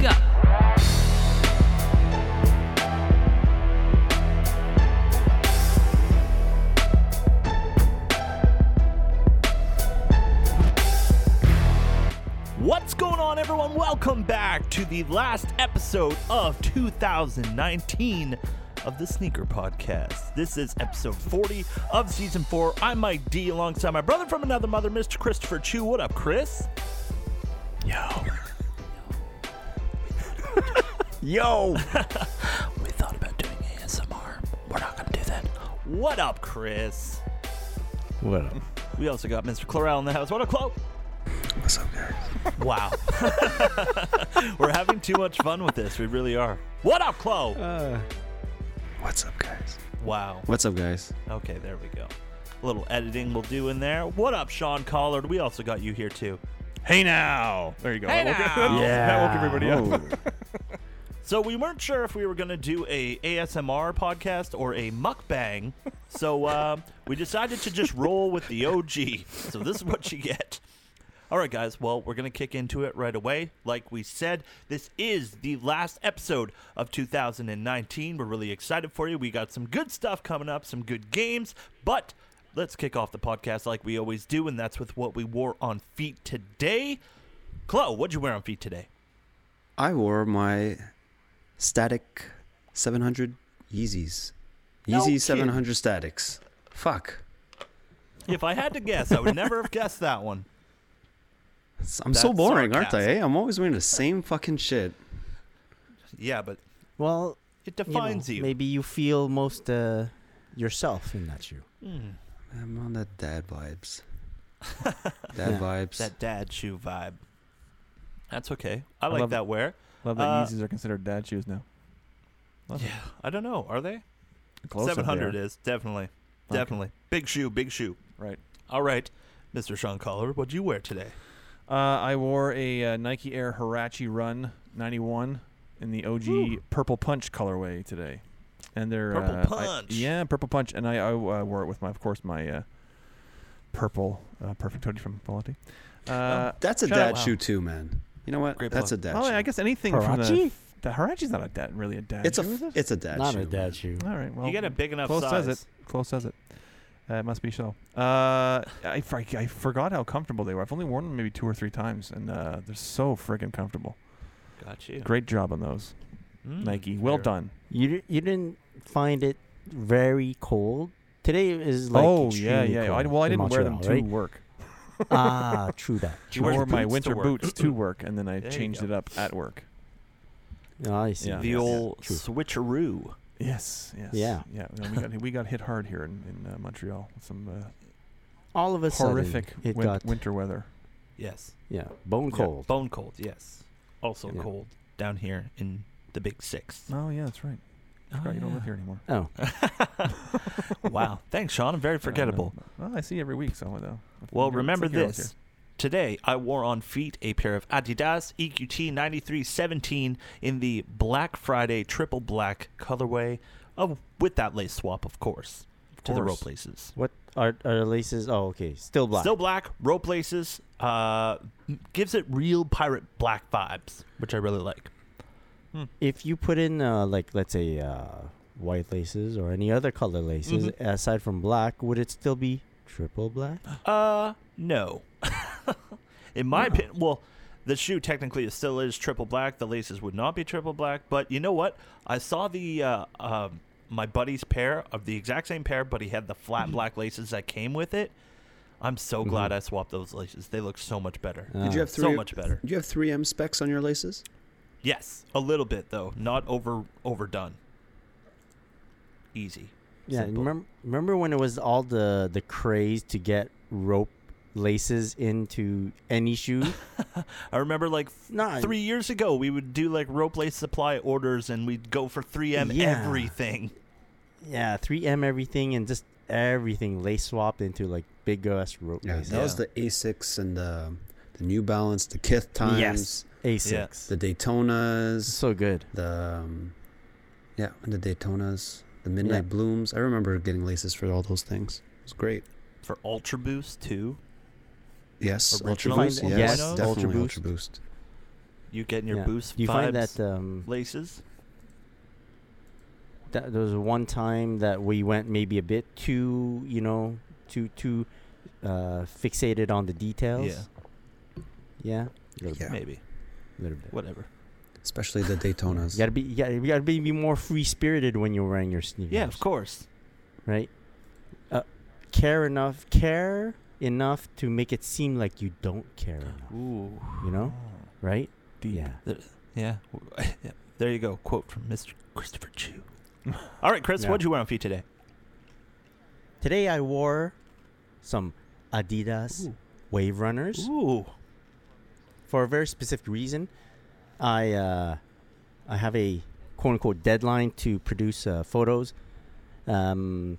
go. What's going on, everyone? Welcome back to the last episode of 2019 of the Sneaker Podcast. This is episode 40 of season four. I'm Mike D alongside my brother from another mother, Mr. Christopher Chu. What up, Chris? Yo. Yo. we thought about doing ASMR. We're not going to do that. What up, Chris? What up? We also got Mr. Clarell in the house. What up, Chloe? What's up, guys? Wow. We're having too much fun with this. We really are. What up, Chloe? What's up, guys? wow. What's up, guys? Okay, there we go. A little editing we'll do in there. What up, Sean Collard? We also got you here, too. Hey now. There you go. Hey now. Yeah. everybody up. So we weren't sure if we were going to do a ASMR podcast or a mukbang. So uh, we decided to just roll with the OG. So this is what you get. All right, guys. Well, we're going to kick into it right away. Like we said, this is the last episode of 2019. We're really excited for you. We got some good stuff coming up, some good games, but let's kick off the podcast like we always do, and that's with what we wore on feet today. Chloe, what'd you wear on feet today? I wore my static 700 Yeezys. No Yeezy kidding. 700 statics. Fuck. If I had to guess, I would never have guessed that one. It's- I'm so That's boring, aren't I? sarcasm. eh? I'm always wearing the same fucking shit. Yeah, but Well, it you know, defines you. Maybe you feel most uh, yourself in that shoe. I'm on that dad vibes. Dad Yeah. vibes. That dad shoe vibe. That's okay. I, love like it. that wear. Love that Uh, Yeezys are considered dad shoes now. Love it. Yeah, I don't know. Are they? Close up Seven hundred there. is definitely, Okay. definitely big shoe, big shoe. Right. All right, Mr. Sean Collar, what'd you wear today? Uh, I wore a uh, Nike Air Harachi Run 91 in the OG Purple Punch colorway today, and they're Purple uh, I- Punch. yeah, Purple Punch, and I, I uh, wore it with my, of course, my uh, purple uh, Perfect hoodie from Polity. Uh, That's a shout out- dad shoe, too, man. You know what? Great That's a plug. dad Well, shoe. Oh, I guess anything from the Harachi? the Harachi's not a dad, really a dad. it's a shoe, f- is it? it's a dad Not shoe. a dad shoe. All right. Well, you get a big enough close size. says it. Close says it. Uh, it must be so. Uh, I, fr- I forgot how comfortable they were. I've only worn them maybe two or three times, and uh, they're so friggin' comfortable. Got you. Great job on those, Mm, Nike. Well fair. done. You di- you didn't find it very cold. Today is like oh yeah, extremely yeah. I, cold well, I in didn't wear them to Montreal, work. right? ah, true that. You I wear wore boots my to winter work. boots to work, and then I There you changed go. it up at work. Oh, I see. Yeah. The Yes. old True. switcheroo. Yes, yes. Yeah. yeah. no, we got we got hit hard here in, in uh, Montreal with some uh, All of a sudden, horrific it win- got winter weather. Yes. yeah bone Yeah, cold. Bone cold. Yes. Also Yeah. cold down here in the Big Six. Oh yeah, that's right. I forgot you don't live here anymore. Oh, wow. Thanks, Sean. I'm very I don't know. forgettable. Well, I see every week, so uh, though. Well, remember this. Today, I wore on feet a pair of Adidas E EQT 9317 in the Black Friday triple black colorway, of, with that lace swap, of course, to the course. rope laces. what are are the laces? Oh, okay, still black. Still black, rope laces, uh, m- gives it real pirate black vibes, which I really like. if you put in uh, like let's say uh, white laces or any other color laces Mm-hmm. aside from black, would it still be triple black? Uh, no. in my opinion, well, the shoe technically is still is triple black. The laces would not be triple black, but you know what? I saw the uh, um, my buddy's pair of the exact same pair, but he had the flat black laces that came with it. I'm so glad I swapped those laces. They look so much better. Uh, Did you have So three? much better. Did you have 3M specs on your laces? Yes, a little bit though, not over overdone. Easy. Yeah, Simple. remember, remember when it was all the the craze to get rope laces into any shoe? I remember like Nah, three years ago, we would do like rope lace supply orders, and we'd go for 3M Yeah. everything. yeah, three M everything and just everything lace swapped into like big ass rope Yeah, laces. that was the Asics and the the New Balance, the Kith times. Yes. A6. The Daytonas, So good. the um, yeah, the Daytonas, the Midnight Blooms. I remember getting laces for all those things. It was great. for Ultra Boost too. Yes, Ultra Original Boost. Yes, Find- yes, Ultra definitely Ultra Boost. Boost. You getting your Yeah. boost You vibes, find that um, laces? that there was one time that we went maybe a bit too, you know, too too uh, fixated on the details. Yeah. Little Yeah. maybe. bit, little bit. Whatever. Especially the Daytonas. You gotta be, you gotta, you gotta be, be more free spirited when you're wearing your sneakers. Yeah, of course. Right. Uh, care enough, care enough to make it seem like you don't care enough. Ooh. You know, right? Yeah. Yeah. Yeah. There you go. Quote from Mr. Christopher Chu. All right, Chris, Yeah. what'd you wear on feet today? Today I wore some Adidas Wave Runners. Ooh. for a very specific reason. I uh, I have a quote unquote deadline to produce uh, photos um,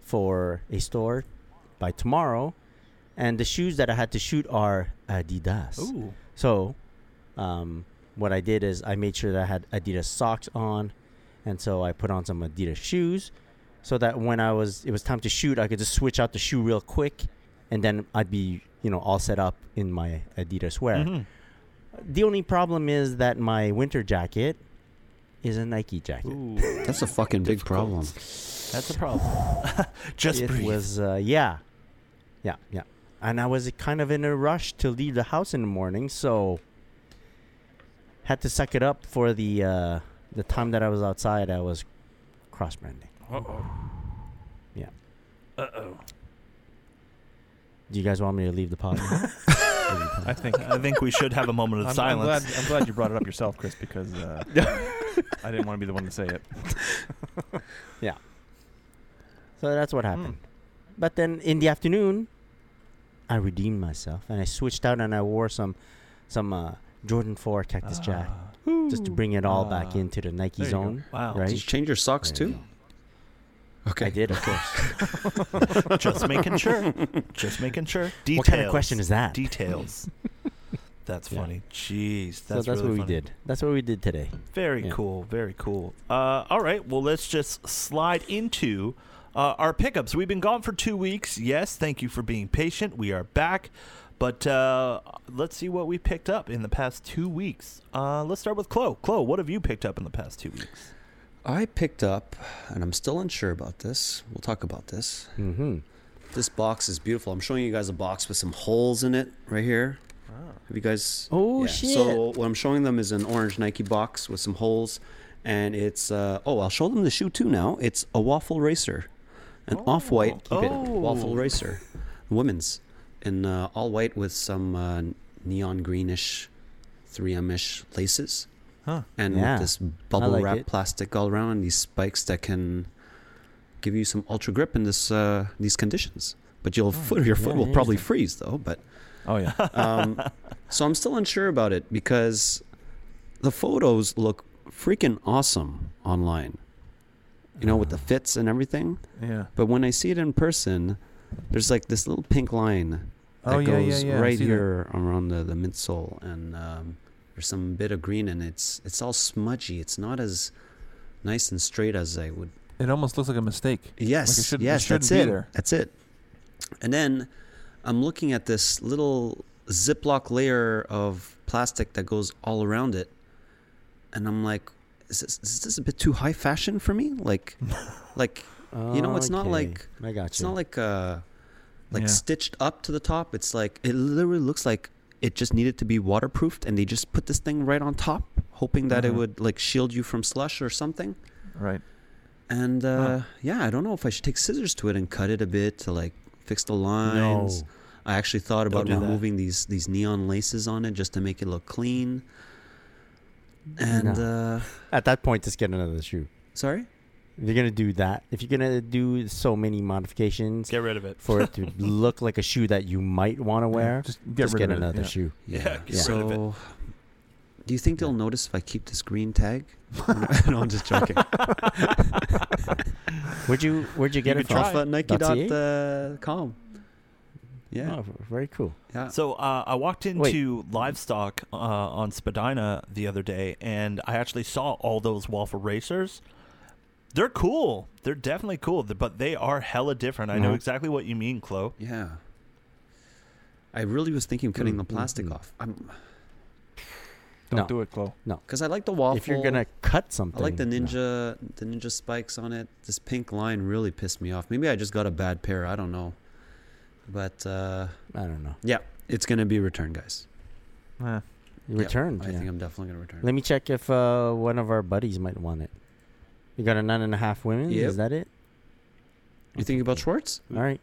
for a store by tomorrow, and the shoes that I had to shoot are Adidas. Ooh. So, um, what I did is I made sure that I had Adidas socks on, and so I put on some Adidas shoes, so that when I was it was time to shoot, I could just switch out the shoe real quick, and then I'd be you know all set up in my Adidas wear. Mhm. The only problem is that my winter jacket is a Nike jacket. Ooh. That's a fucking big problem. That's a problem. Just it breathe. was uh, yeah, yeah, yeah, and I was kind of in a rush to leave the house in the morning, so had to suck it up for the uh, the time that I was outside. I was cross branding. Yeah. Uh oh. Do you guys want me to leave the pod? now? I think. I think we should have a moment of I'm, I'm silence. glad, I'm glad you brought it up yourself, Chris, because uh, I didn't want to be the one to say it. so that's Hmm. what happened. But then in the afternoon, I redeemed myself and I switched out and I wore some some uh, Jordan Four Cactus Jack Ah. just to bring it all back Ah. into the Nike There you go. zone. Wow. Right? Did you change your socks There you too? I Okay. did, of course. Just making sure. Just making sure. Details. What kind of question is that? Details. That's Yeah. funny. Jeez. so That's, that's really what funny. we did. That's what we did today. Very Yeah. cool. Very cool. Uh, all right. Well, let's just slide into uh, our pickups. We've been gone for two weeks. Yes. Thank you for being patient. We are back. But uh, let's see what we picked up in the past two weeks. Uh, let's start with Chloe. Chloe, what have you picked up in the past two weeks? I picked up, and I'm still unsure about this. We'll talk about this. Mm-hmm. This box is beautiful. I'm showing you guys a box with some holes in it right here. Have you guys? Oh, shit. So what I'm showing them is an orange Nike box with some holes, and it's uh, oh I'll show them the shoe too now. It's a waffle racer, an off-white. Keep it waffle racer, women's, in uh, all white with some uh, neon greenish, 3M-ish laces, Huh. and Yeah. with this bubble like wrap it. plastic all around and these spikes that can give you some ultra grip in this uh, these conditions. But your foot your foot Oh, yeah, will probably freeze though. But Oh yeah. um, so I'm still unsure about it because the photos look freaking awesome online. You know, with the Uh-huh. fits and everything. Yeah. But when I see it in person, there's like this little pink line that Oh, yeah, yeah, goes yeah, I right see that. here around the, the midsole, and um, there's some bit of green, and it's it's all smudgy. It's not as nice and straight as I would It almost looks like a mistake. Yes, shouldn't- it yes, shouldn't that's be it. there. That's it. And then I'm looking at this little Ziploc layer of plastic that goes all around it, and I'm like, is this, is this a bit too high fashion for me? Like, like You know, it's not Okay. like- I got it's not like uh, like Yeah. stitched up to the top. It's like it literally looks like it just needed to be waterproofed, and they just put this thing right on top, hoping that it Uh-huh. would like shield you from slush or something. Right. And uh, yeah, I don't know if I should take scissors to it and cut it a bit to like fix the lines. No. I actually thought about do that. removing these these neon laces on it just to make it look clean. And uh, At that point, just get another shoe. sorry, If you're gonna do that, if you're gonna do so many modifications Get rid of it. for it to look like a shoe that you might want to wear, Just get just rid get of it, another yeah. shoe. Yeah, get rid so of it. do you think they'll notice if I keep this green tag? no, I'm just joking. Where'd you Where'd you get You it could from? try. Alpha Nike That's dot it? uh, com. Yeah. Oh, v- very cool. Yeah. So uh, I walked into livestock uh, on Spadina the other day, and I actually saw all those waffle racers. They're cool. They're definitely cool, th- but they are hella different. I know Mhm. exactly what you mean, Chloe. yeah. I really was thinking of cutting Mm, the plastic off. I'm Don't No. do it, Chloe. because I like the waffle. If you're gonna cut something, I like the no. ninja, the ninja spikes on it. This pink line really pissed me off. Maybe I just got a bad pair. I don't know, but uh, I don't know. yeah, it's gonna be returned, guys. Eh. You Yeah, returned. I yeah. think I'm definitely gonna return. Let me check if uh, one of our buddies might want it. You got a nine and a half women. Yep. Is that it? you think about Schwartz? All right.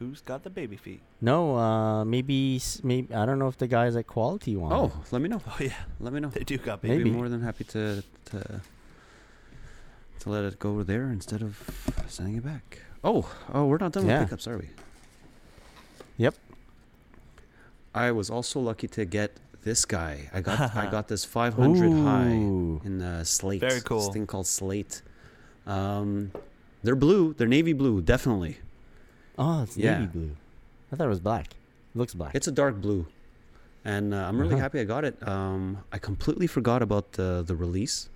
Who's got the baby feet? No, uh, maybe s- maybe I don't know if the guys at Quality want. Oh, it. let me know. Oh yeah, Let me know. they do got baby. I'd be Maybe. more than happy to to to let it go there instead of sending it back. Oh, oh, we're not done Yeah. with pickups, are we? Yep. I was also lucky to get this guy. I got I got this 500 high Ooh. in uh, slate. Very This cool. thing called slate. Um, they're blue. They're navy blue, definitely. Oh, it's Yeah. navy blue. I thought it was black. It looks black. It's a dark blue, and uh, I'm really Uh-huh. happy I got it. Um, I completely forgot about the the release,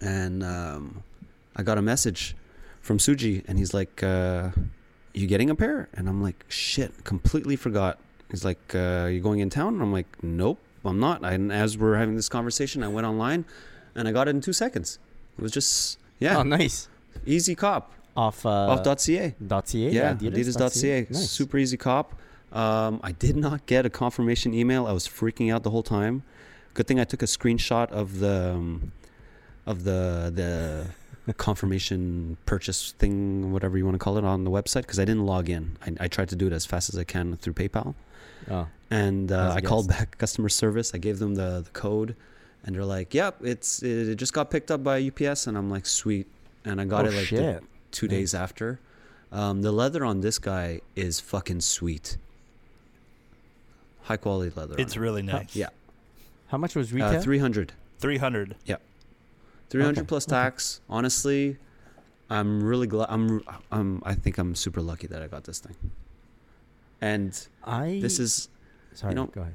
and um, I got a message from Suji, and he's like, uh, "You getting a pair?" And I'm like, "Shit, completely forgot." He's like, uh, "You going in town?" And I'm like, "Nope, I'm not." I, and as we're having this conversation, I went online, and I got it in two seconds. It was just yeah, oh, nice. easy cop Off uh, off .ca. dot ca. Yeah, Adidas Adidas.ca. Nice. Super easy cop. Um, I did not get a confirmation email. I was freaking out the whole time. Good thing I took a screenshot of the um, of the the confirmation purchase thing, whatever you want to call it, on the website because I didn't log in. I, I tried to do it as fast as I can through PayPal, Oh, and As uh, a I called back customer service. I gave them the the code, and they're like, "Yep, it's it, it just got picked up by UPS." And I'm like, "Sweet," and I got oh it like the- shit. two Nice. days after. Um, the leather on this guy is fucking sweet. High quality leather. on It's it. really nice. yeah, How much was retail? uh, three hundred. three hundred. Three hundred Okay, plus tax. Honestly, I'm really glad. I'm, I'm. I think I'm super lucky that I got this thing. And I. this is Sorry. know- go ahead.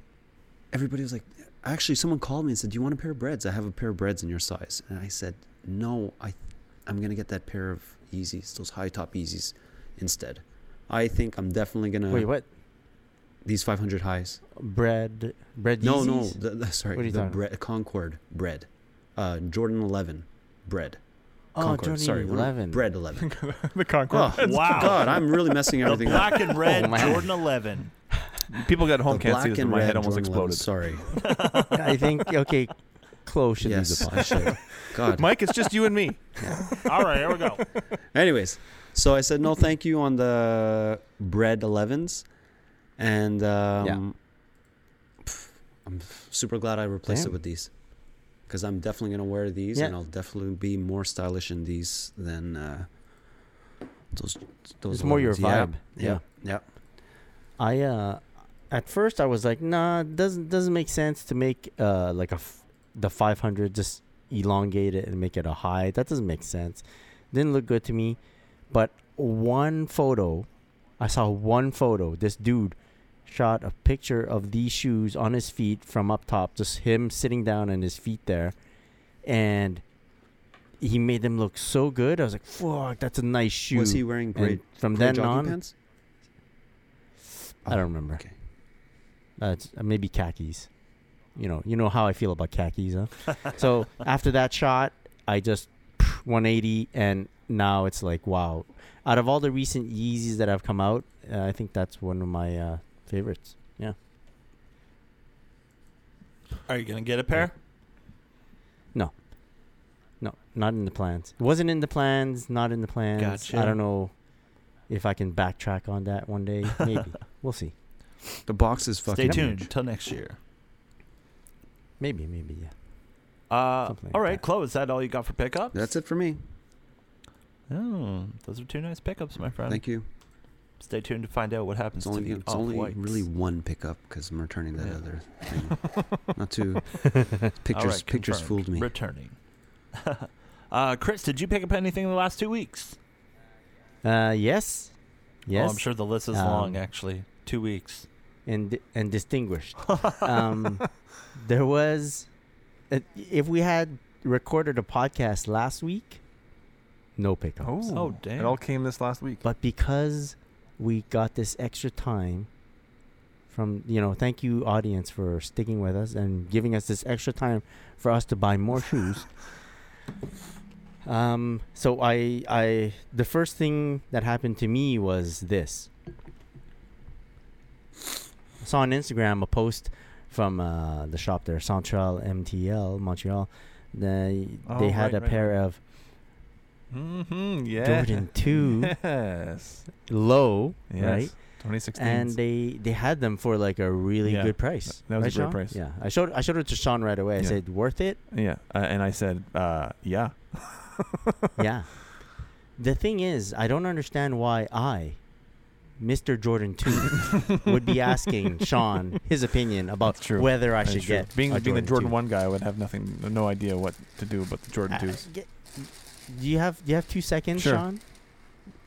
everybody was like, actually, someone called me and said, "Do you want a pair of breads? I have a pair of breads in your size." And I said, "No, I, I'm gonna get that pair of Yeezys, those high top Yeezys, instead. I think I'm definitely gonna Wait, what? these 500 highs. Bread. Bread. No, no, Yeezys? the, the, sorry, What are you the talking bread, Concord bread, uh, Jordan 11 bread. Oh, Concord, Jordan sorry, what am I- 11. bread 11. the Concord. Oh, Wow. God, I'm really messing The everything up. black and red Oh, man. Jordan Eleven. People at home The can't see this, but my head almost Jordan 11, exploded. Sorry. I think okay. Chloe should leave yes, the I podcast. should. God. Mike, it's just you and me. All right, here we go. Anyways, so I said no, thank you on the bread 11s, and um, pff, I'm super glad I replaced Damn. it with these because I'm definitely gonna wear these, Yeah. and I'll definitely be more stylish in these than uh, those. Those It's more your 11s. Yeah, vibe. Yeah, yeah. I uh, at first I was like, nah, it doesn't doesn't make sense to make uh like a f- the 500 just elongate it and make it a high. That doesn't make sense. Didn't look good to me. But one photo, I saw one photo. This dude shot a picture of these shoes on his feet from up top, just him sitting down and his feet there, and he made them look so good. I was like, fuck, that's a nice shoe. Was he wearing and great? from great then jogging on, pants? I don't remember. Okay. Uh, it's, uh, maybe khakis. You know, you know how I feel about khakis, huh? so after that shot, I just 180, and now it's like wow. Out of all the recent Yeezys that have come out, uh, I think that's one of my uh, favorites. Yeah. Are you gonna get a pair? No, not in the plans. It wasn't in the plans. Not in the plans. I Gotcha. don't know if I can backtrack on that one day. Maybe we'll see. The box is fucking. Stay tuned huge. till next year. Maybe, maybe yeah. Uh, Something like all right, that. Chloe, is that all you got for pickups? That's it for me. Oh, those are two nice pickups, my friend. Thank you. Stay tuned to find out what happens It's to only the it's only Off-Whites. really one pickup because I'm returning that Yeah. other thing. Not two All pictures. right, pictures confirmed. fooled me. Returning. uh, Chris, did you pick up anything in the last two weeks? Uh, yes, yes. Oh, I'm sure the list is Um, long, actually. Two weeks. and and distinguished. um, there was, it- if we had recorded a podcast last week, no pickups. Oh, It damn. all came this last week. But because we got this extra time from you know, thank you audience for sticking with us and giving us this extra time for us to buy more shoes. Um, so I I the first thing that happened to me was this. I saw on Instagram a post from uh, the shop there, Central MTL Montreal. They Oh, they had right, a right, pair of Mm-hmm. Yeah. Jordan two Yes. low, Yes. right? 2016. and they they had them for like a really Yeah. good price. That right, was a great Sean? price. Yeah, I showed I showed it to Sean right away. I Yeah. said, "Worth it?" yeah. Uh, and I said, uh, yeah. yeah. The thing is, I don't understand why I, Mister Jordan Two, would be asking Sean his opinion about That's true. whether I That's should true. get being a being the Jordan 2. one guy, I would have nothing, no idea what to do about the Jordan I- I twos. Uh, get- do you have do you have two seconds, Sure. Sean?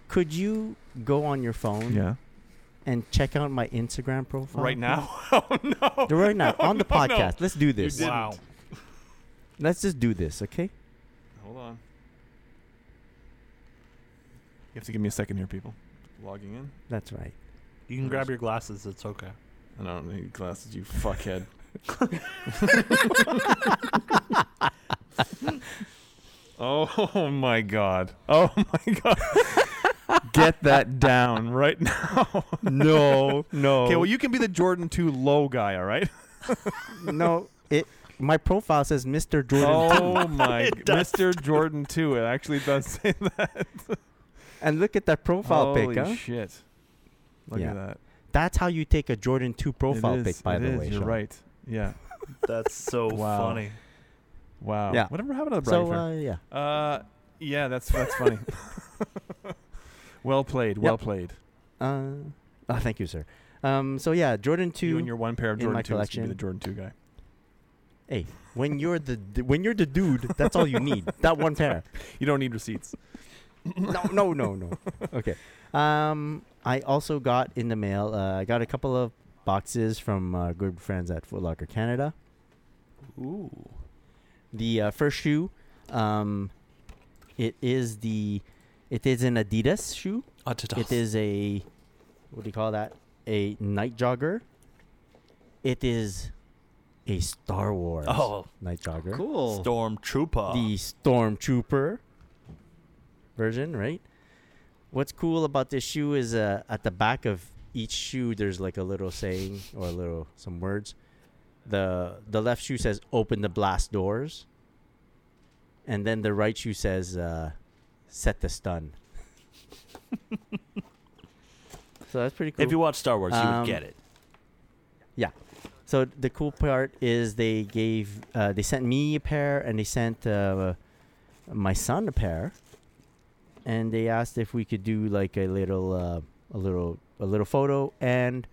Could you go on your phone Yeah. and check out my Instagram profile Right now. oh no. Right now No, on the no, no. podcast. Let's do this. didn't. Wow. Let's just do this, okay? Hold on. You have to give me a second here, people. Logging in. That's right. You can grab your glasses. It's okay. I don't need glasses, you fuckhead. oh my god. Oh my god. Get that down right now. no, no. Okay, well, you can be the Jordan 2 low guy, all right? no, it. My profile says Mr. Jordan, Oh my. It does. Mr. Jordan 2. It actually does say that. and look at that profile Holy pic. Huh? shit. Look Yeah. at that. That's how you take a Jordan two profile It is, pic, by it the is, way. You're Sean. right. Yeah. That's so Wow. funny. Wow. Yeah. Whatever happened to the Brady So uh, yeah, Uh, yeah, that's that's funny. well played, well played. uh, oh, thank you, sir. Um, so yeah, Jordan two. you and your one pair of in my Jordan twos can be collection. the Jordan two guy. hey, when you're the d- when you're the dude, that's all you need. that one pair. You don't need receipts. No, no, no, no. Okay. Um, I also got in the mail. Uh, I got a couple of boxes from uh, good friends at Foot Locker Canada. Ooh. The uh, first shoe, um, it is the, it is an Adidas shoe. It is a, what do you call that? A night jogger. It is a Star Wars Oh, night jogger. Cool. Stormtrooper. The Stormtrooper version, right? What's cool about this shoe is uh, at the back of each shoe, there's like a little saying or a little some words. The the left shoe says "Open the blast doors," and then the right shoe says uh, "Set the stun." so that's pretty cool. If you watch Star Wars, you Um, would get it. So the cool part is they gave uh, they sent me a pair and they sent uh, my son a pair, and they asked if we could do like a little uh, a little a little photo and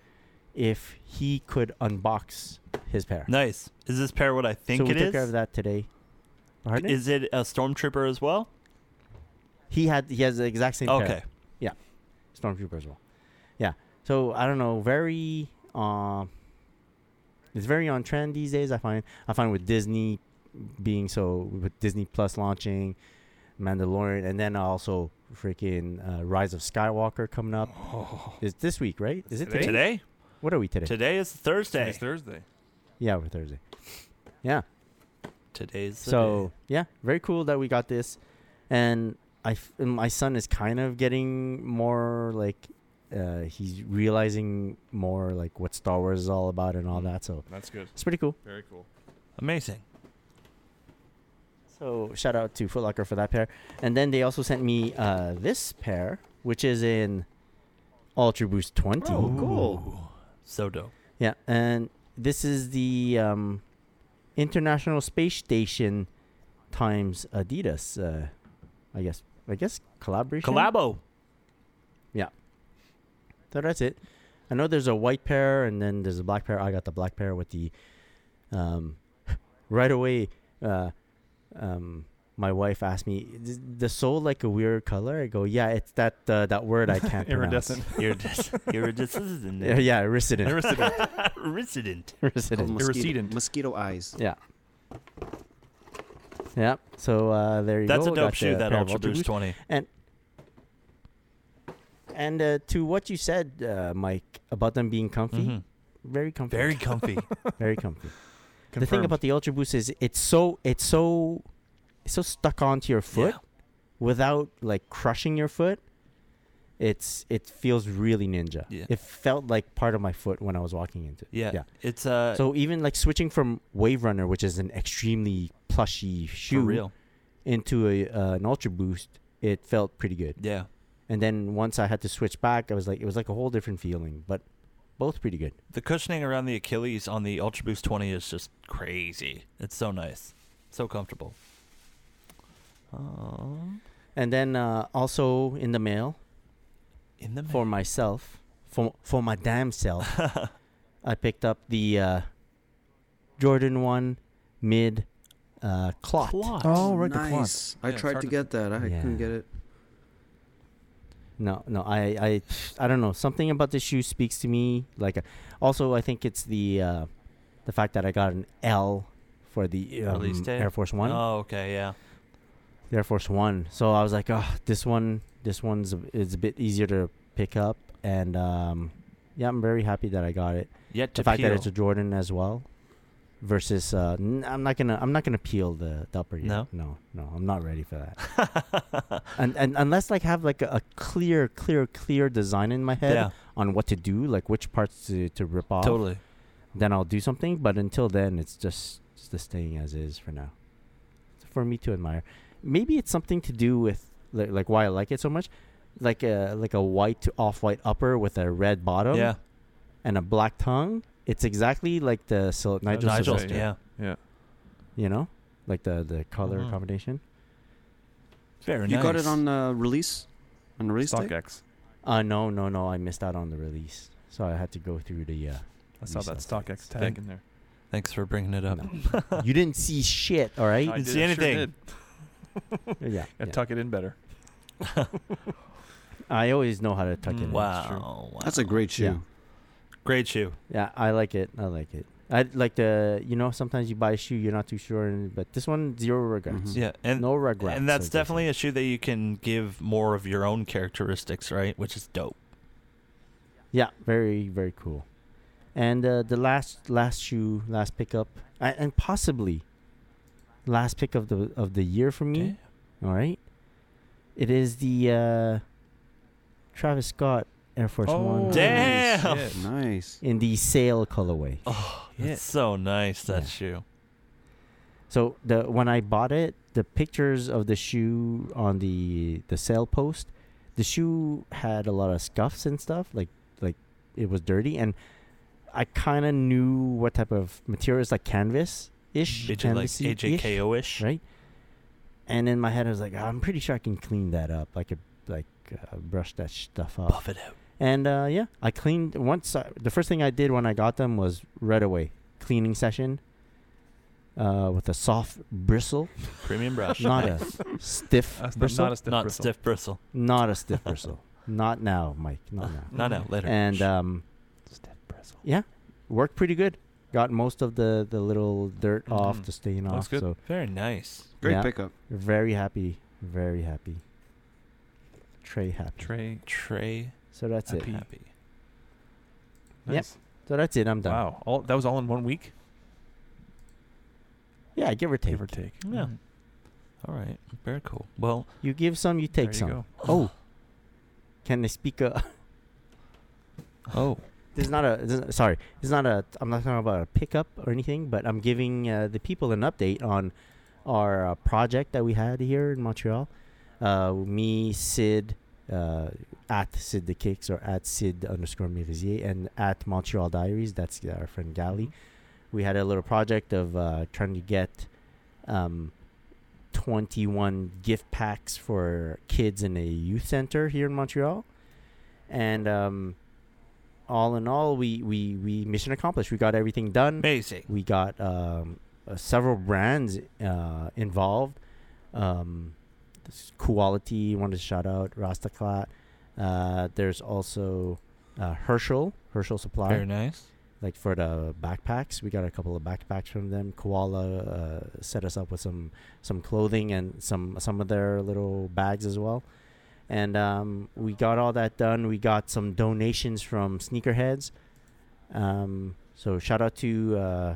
if he could unbox his pair. Nice. Is this pair what I think so we it took care of is? that today. Pardon? Is it a Stormtrooper as well? he had he has the exact same pair. Okay. Stormtrooper as well. Yeah. So I don't know. Very um, it's very on trend these days. I find I find with Disney being so with Disney Plus launching, Mandalorian, and then also freaking uh, Rise of Skywalker coming up. Is this week right? Is it Oh. today? Today? What are we today? Today is Thursday. It's Thursday. yeah, we're Thursday. Yeah. Today's the So yeah, very cool that we got this, and I f- and my son is kind of getting more like uh, he's realizing more like what Star Wars is all about and all that. So That's good. it's pretty cool. Very cool. Amazing. So shout out to Foot Locker for that pair, and then they also sent me uh, this pair, which is in Ultra Boost Twenty. Oh, cool. So dope. Yeah, and this is the um, International Space Station times Adidas. Uh, I guess. I guess collaboration. Collabo. So that's it. I know there's a white pair and then there's a black pair. I got the black pair with the um, right away uh, um, my wife asked me, "Is the soul like a weird color?" I go, "Yeah, it's that uh, that word I can't pronounce." Iridescent. Iridescent. Iridescent. Yeah, yeah, resident. Iridescent. Resident. Called resident. mosquito, Irresident. mosquito eyes. Yeah. Yeah. So uh, there you That's go. a dope Got shoe, the that pair of Ultra Boost 20. And and uh, to what you said, uh, Mike, about them being comfy, Mhm. very comfy, Very comfy. very comfy. The thing Confirmed. about the Ultra Boost is it's so it's so it's so stuck onto your foot without like crushing your foot. It's it feels really ninja. Yeah. It felt like part of my foot when I was walking into. it. Yeah. Yeah. It's uh, So even like switching from Wave Runner, which is an extremely plushy for shoe, real. into a uh, an Ultra Boost, it felt pretty good. Yeah. And then once I had to switch back, I was like, it was like a whole different feeling, but both pretty good. The cushioning around the Achilles on the Ultra Boost 20 is just crazy. It's so nice. So comfortable. Um, And then uh, also in the mail in the for myself, for for my damn self, I picked up the uh, Jordan One Mid uh, Clot. Oh, right, the clock. nice. I Yeah, it's tried hard to to- get that. I Yeah. couldn't get it. No, no, I, I, I don't know. Something about the shoe speaks to me. Like, uh, also, I think it's the, uh, the fact that I got an L for the um, Release date? Air Force One. Oh, okay. Yeah. the Air Force One. So I was like, oh, this one, this one's a, is a bit easier to pick up, and um, yeah, I'm very happy that I got it. Yet The to fact peel. that it's a Jordan as well, versus uh, n- I'm not gonna I'm not gonna peel the, the upper yet. No? no, no, I'm not ready for that. and and unless like have like a, a clear, clear, clear design in my head Yeah. on what to do, like which parts to, to rip off, Totally. then I'll do something. But until then, it's just just the staying as is for now. For me to admire, maybe it's something to do with like, like why I like it so much, like a like a white to off white upper with a red bottom yeah. and a black tongue. It's exactly like the Sil- Nigel, Nigel. Sylvester, Yeah. Yeah. you know, like the the color Mhm. combination. Very You nice. got it on uh, release? On release Stock date? X. Uh no no no, I missed out on the release, so I had to go through the. Uh, I saw that Restock Stock X. X tag in there. Thanks for bringing it up. no. you didn't see shit, all right? I didn't did, see I anything. Sure did. yeah. Gotta yeah. tuck it in better. I always know how to tuck it. in. That's true. Wow. wow. That's a great shoe. Yeah. great shoe. Yeah, I like it. I like it. I like the you know sometimes you buy a shoe you're not too sure, and, but this one zero regrets. Mhm. Yeah. And No regrets. Mm-hmm. and that's I guess. definitely a shoe that you can give more of your own characteristics, right? Which is dope. yeah, very very cool. And uh, the last last shoe, last pickup, I, and possibly last pick of the of the year for me. All right, it is the uh, Travis Scott Air Force One Damn. shit. Nice. in the sale colorway. Oh, Yeah. it's so nice that Yeah. shoe. So the when I bought it, the pictures of the shoe on the the sale post, the shoe had a lot of scuffs and stuff, like like it was dirty, and I kind of knew what type of materials, like canvas ish, Bit of like AJKO ish. right? And in my head, I was like, I'm pretty sure I can clean that up. I could like uh, brush that stuff up. Buff it out. And uh, yeah, I cleaned once. I, the first thing I did when I got them was right away cleaning session uh, with a soft bristle, Premium brush. not a stiff That's not, bristle, not a stiff Not bristle. stiff bristle. not a stiff bristle. Not now, Mike. Not now. No, no, later. And um, Stiff bristle. worked pretty good. Got most of the the little dirt off, Mhm. the stain That's off. good. So Very nice. Great Yeah. pickup. very happy, very happy. Trey happy. Tray. Trey So that's Happy. it. Happy. Yep. Nice. So that's it. I'm done. Wow. All that was all in one week. Yeah, give or take. Give or take. Yeah. Mm. Alright. All right. Very cool. Well, You give some, you take there some. You go. Oh, can I speak? Uh, oh, This is not a. This is, sorry, it's not a. I'm not talking about a pickup or anything, but I'm giving uh, the people an update on our uh, project that we had here in Montreal. Uh, me, Sid, uh, at Sid the Kicks or at Sid underscore Merisier and at Montreal Diaries. That's our friend Gally. We had a little project of uh, trying to get um, 21 gift packs for kids in a youth center here in Montreal, and um, all in all, we we we mission accomplished. We got everything done. amazing. We got um, uh, several brands uh, involved. um, this quality. Wanted to shout out Rastaclat. Uh, there's also uh, Herschel, Herschel Supply Very nice. like for the backpacks. We got a couple of backpacks from them. Koala uh, set us up with some some clothing and some some of their little bags as well. And um, we got all that done. We got some donations from sneakerheads. Um, so shout out to uh,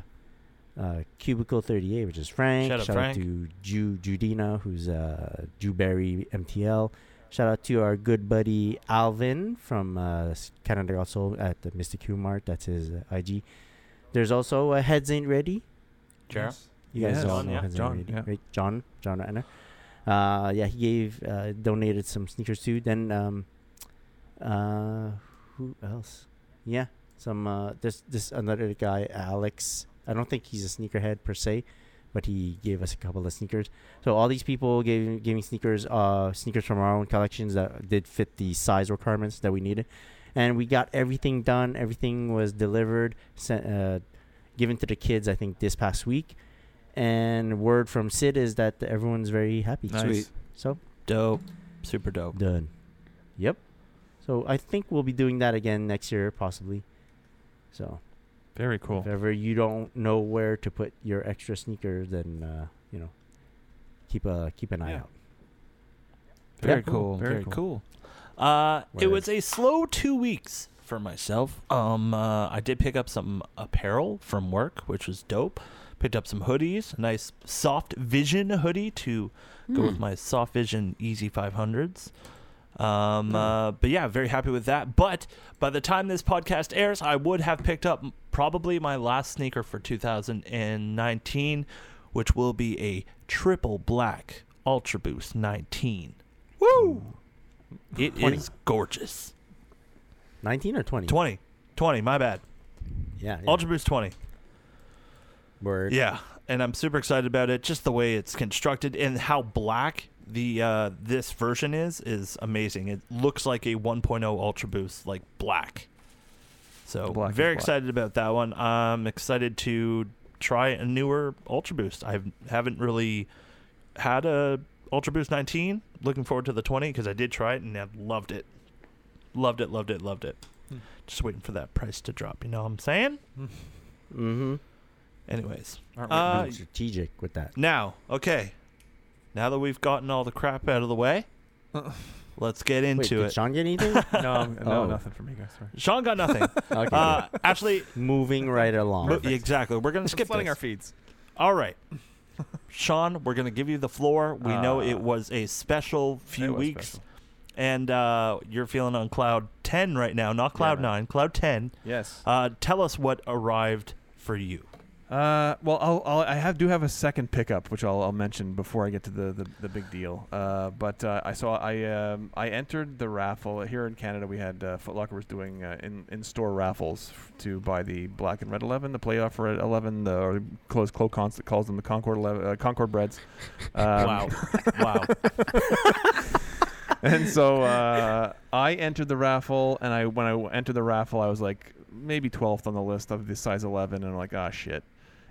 uh, Cubicle Thirty Eight, which is Frank. Shout out Frank. to Ju Judina, who's uh, Jewberry MTL. Shout out to our good buddy Alvin from uh, s- Canada also at the Mystic Hue Mart. That's his uh, IG. There's also uh, Heads Ain't Ready. Sure. You guys Yes. all John, know yeah. Heads John, Ain't Ready, yeah. right? John, John Ratner. Uh, yeah, he gave uh, donated some sneakers too. Then um, uh, who else? Yeah, some uh, this this another guy Alex. I don't think he's a sneakerhead per se, but he gave us a couple of sneakers. So all these people gave giving sneakers, uh, sneakers from our own collections that did fit the size requirements that we needed, and we got everything done. Everything was delivered, sent, uh, given to the kids. I think this past week, and word from Sid is that everyone's very happy. Nice. Sweet. So Dope. Super dope. done. Yep. So I think we'll be doing that again next year, possibly. So Very cool. if ever you don't know where to put your extra sneakers, then uh, you know, keep a keep an eye Yeah. out. Very Yeah. cool. Very, Very cool. cool. Uh, it Word. was a slow two weeks for myself. Um, uh, I did pick up some apparel from work, which was dope. Picked up some hoodies, nice soft vision hoodie to go with my soft vision Easy 500s. Um, uh, but yeah, very happy with that. But by the time this podcast airs, I would have picked up m- probably my last sneaker for 2019, which will be a triple black Ultra Boost 19. Woo! It is 20. gorgeous. Nineteen or twenty? 20. 20, my bad. Yeah. yeah. Ultra Boost 20. Word. Yeah, and I'm super excited about it. Just the way it's constructed and how black the uh, this version is is amazing. It looks like a 1.0 Ultra Boost, like black. So Black is very black. excited about that one. I'm excited to try a newer Ultra Boost. I haven't really had a Ultra Boost 19. Looking forward to the 20 because I did try it and I loved it. Loved it, loved it, loved it. Hmm. Just waiting for that price to drop. You know what I'm saying? Mm-hmm. Anyways. Aren't Uh, Being strategic with that. Now, okay. Now that we've gotten all the crap out of the way, Uh. let's get Wait, into did it. Sean get anything? we? No, I'm- no, Oh. nothing for me, guys. Sorry. Sean got nothing. okay. uh, actually, moving right along. mo- exactly. We're going to skip this. feeds. all right. Sean, we're going to give you the floor. We know Uh, it was a special few weeks, and uh, you're feeling on cloud 10 right now, not cloud man. 9, cloud 10. Yes. Uh, tell us what arrived for you. Uh, well, I'll, I'll I have do have a second pickup, which I'll, I'll mention before I get to the, the, the big deal. Uh, but uh, I saw I um, I entered the raffle here in Canada. We had uh, Foot Locker was doing uh, in in store raffles f- to buy the black and red eleven, the playoff red eleven, the or close close constant calls them the Concord 11, uh, Concord Reds. Um, wow. wow. and so uh, I entered the raffle, and I when I w- entered the raffle, I was like maybe 12th on the list of the size 11, and I'm like, ah, shit.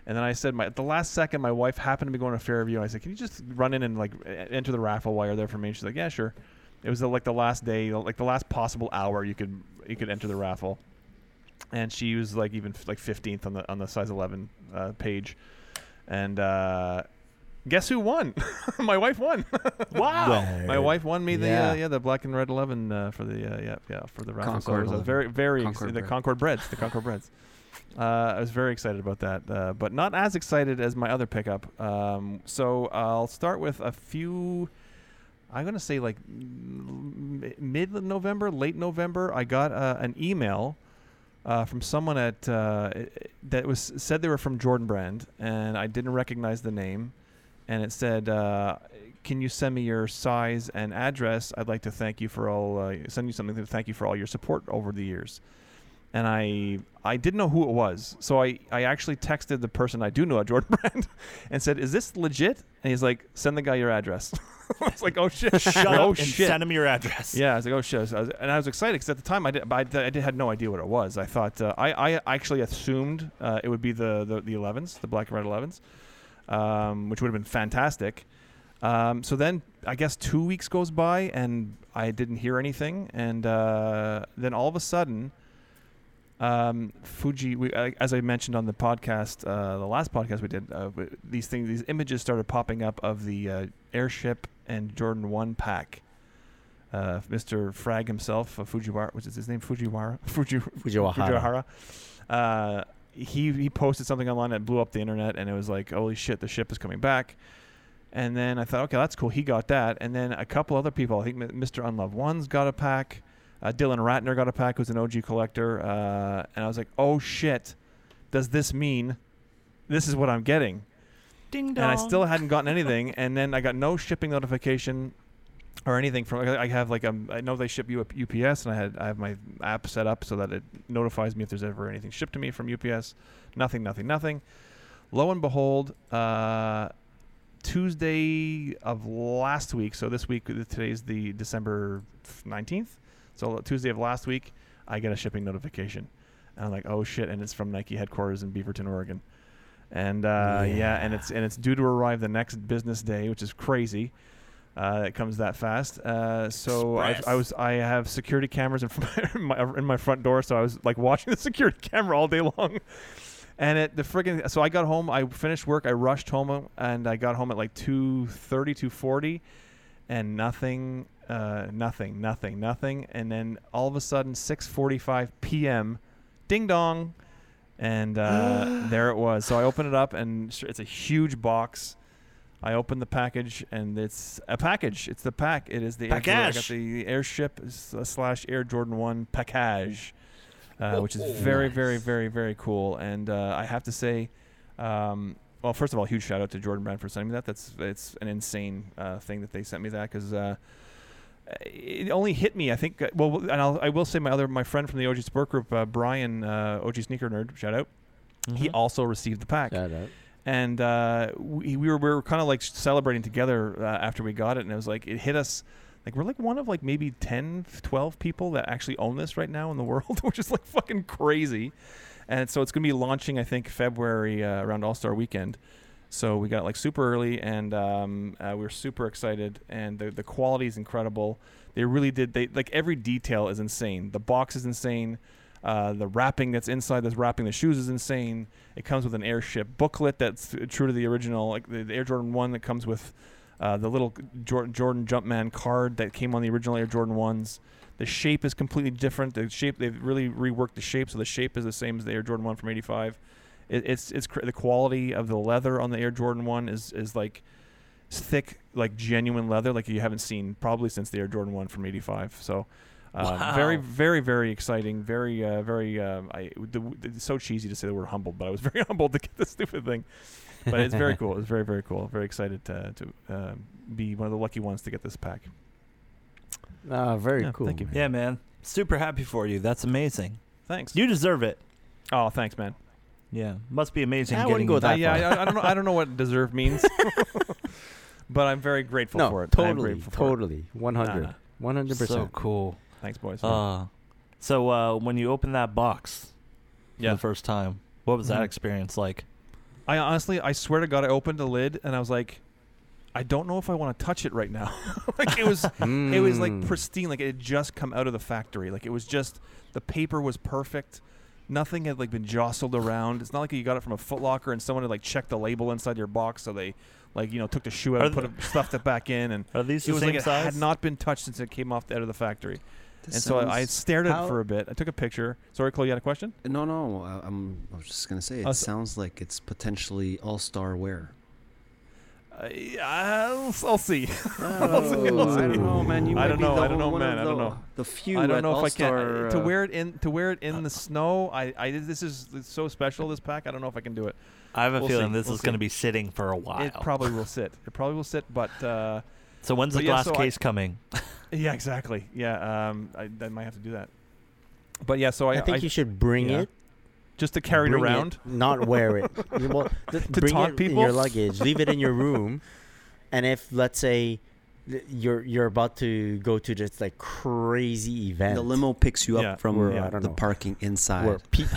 And then I said, my at the last second, my wife happened to be going to Fairview, and I said, can you just run in and like e- enter the raffle while you're there for me? And she's like, yeah, sure. It was uh, like the last day, like the last possible hour you could you could enter the raffle, and she was like even f- like 15th on the on the size 11 uh, page, and uh, guess who won? my wife won. Wow. My wife won me the Yeah. uh, yeah the black and red eleven uh, for the uh, yeah yeah for the raffle. so I Concord was uh, 11. very very ex- Concord the bread. Concord breads the Concord breads. Uh, I was very excited about that, uh, but not as excited as my other pickup. Um, so I'll start with a few. I'm gonna say like mid November, late November. I got uh, an email uh, from someone at uh, i- i- that was said they were from Jordan Brand, and I didn't recognize the name. And it said, uh, "Can you send me your size and address? I'd like to thank you for all uh, send you something to thank you for all your support over the years." And I I didn't know who it was, so I I actually texted the person I do know at Jordan Brand, and said, "Is this legit?" And he's like, "Send the guy your address." I was like, "Oh shit!" Shut up oh and shit! send him your address. Yeah, I was like, oh shit, So I was- and I was excited because at the time I did, but I, did- I did, had no idea what it was. I thought uh, I, I actually assumed uh, it would be the the the 11s, the black and red 11s, um, which would have been fantastic. Um, so then I guess two weeks goes by and I didn't hear anything, and uh, then all of a sudden, um, Fuji, we, I as I mentioned on the podcast, uh, the last podcast we did, uh, w- these things, these images started popping up of the uh, airship and Jordan One pack. Uh, Mr. Frag himself, uh, Fujiwara, was it his name? Fujiwara, Fuji, Fujiwara. Fujiwara. Uh, he he posted something online that blew up the internet, and it was like, holy shit, the ship is coming back. And then I thought, okay, that's cool. He got that. And then a couple other people, I think M- Mr. Unloved One's got a pack. Uh, Dylan Ratner got a pack, who's an OG collector. Uh, and I was like, oh shit, does this mean this is what I'm getting? Ding dong. and I still hadn't gotten anything. and then I got no shipping notification or anything from. I I have like um, I know they ship you UPS, and I had I have my app set up so that it notifies me if there's ever anything shipped to me from UPS. Nothing, nothing, nothing. Lo and behold, uh, Tuesday of last week. So this week, today's the December nineteenth. So Tuesday of last week, I get a shipping notification, and I'm like, oh shit! And it's from Nike headquarters in Beaverton, Oregon. And uh, yeah. and it's and it's due to arrive the next business day, which is crazy. Uh, it comes that fast. Uh, so I, I Express. was I have security cameras in, front, in, my, in my front door, so I was like watching the security camera all day long. And it the friggin' so I got home. I finished work. I rushed home, and I got home at like 2:30, 2:40, and nothing, uh, nothing, nothing, nothing. And then all of a sudden, 6:45 p.m., ding dong, and uh, there it was. So I open it up, and s- it's a huge box. I open the package, and it's a package. It's the pack. It is the Air Jordan- I got Package. the airship s- uh, slash Air Jordan One package uh, which is very, very, very, very cool. And uh, I have to say, um, well, first of all, huge shout out to Jordan Brand for sending me that. That's it's an insane uh, thing that they sent me that because. Uh, it only hit me, I think. uh, Well, and I'll, I will say my other my friend from the OG Sport Group, uh, Brian uh, OG Sneaker Nerd, shout out. Mm-hmm. He also received the pack Shout out. and uh, we, we were, we were kind of like celebrating together uh, after we got it and it was like it hit us like we're like one of like maybe 10 12 people that actually own this right now in the world which is like fucking crazy and so it's going to be launching i think february uh, around all star weekend so we got it, like super early and um, uh, we were super excited and the, the quality is incredible they really did they like every detail is insane the box is insane uh, the wrapping that's inside that's wrapping the shoes is insane. It comes with an airship booklet that's true to the original, like the, the Air Jordan One that comes with uh, the little Jordan, Jordan Jumpman card that came on the original Air Jordan Ones. The shape is completely different. The shape they've really reworked the shape, so the shape is the same as the Air Jordan One from '85. It, it's it's cr- the quality of the leather on the Air Jordan One is is like s- thick, like genuine leather, like you haven't seen probably since the Air Jordan One from '85. So. Uh, Very, Wow. very, very exciting. Very, uh, very. Um, I the, it's so cheesy to say the word humbled, but I was very humbled to get this stupid thing. But it's very cool. It's very, very cool. Very excited to to uh, be one of the lucky ones to get this pack. Ah, very Yeah, cool. thank you. man. Yeah, man. Super happy for you. That's amazing. Thanks. You deserve it. oh, thanks, man. Yeah, must be amazing. I getting wouldn't go it. that- Uh, yeah, far. I, I don't know. I don't know what deserve means, but I'm very grateful No, for it. I'm totally, grateful for it. totally, one Nah, nah. Ah. hundred, one hundred So percent. cool. Thanks, boys. Uh, so uh, when you opened that box, Yeah. for the first time, what was that Mhm. experience like? I honestly, I swear to God, I opened the lid and I was like, I don't know if I want to touch it right now. like it was, it was Hmm. like Mm. pristine. Like it had just come out of the factory. Like it was just the paper was perfect. Nothing had like been jostled around. It's not like you got it from a Foot Locker and someone had like checked the label inside your box, so they like you know took the shoe out Are and put th- it, stuffed it back in, and Are these it the was same like it size? had not been touched since it came off out of the factory. and so I, I stared at it how- for a bit. I took a picture. Sorry, Cole, you had a question? No, no. I, I'm. I was just gonna say it Uh, so- sounds like it's potentially all star wear. Uh, I'll, I'll see. I don't know, man. You I might don't be know, the I don't know, one of man, I don't the- know. The few I don't at know if I can All-Star, I- to uh, wear it in to wear it uh, in the snow. I, I this is it's so special this pack. I don't know if I can do it. I have a We'll feeling see, this we'll is going to see. be sitting for a while. It probably will sit. It probably will sit. But uh, so when's but the yeah, glass so I- case coming? yeah, exactly. Yeah, um, I, I might have to do that. But yeah, so I, I think you should bring yeah. it, just to carry it bring around. not wear it. You- well, th- To bring taunt it in people? your luggage, leave it in your room, and if let's say th- you're you're about to go to this like crazy event. The limo picks you up Yeah, from or, yeah, I the don't know. parking inside. where Pete,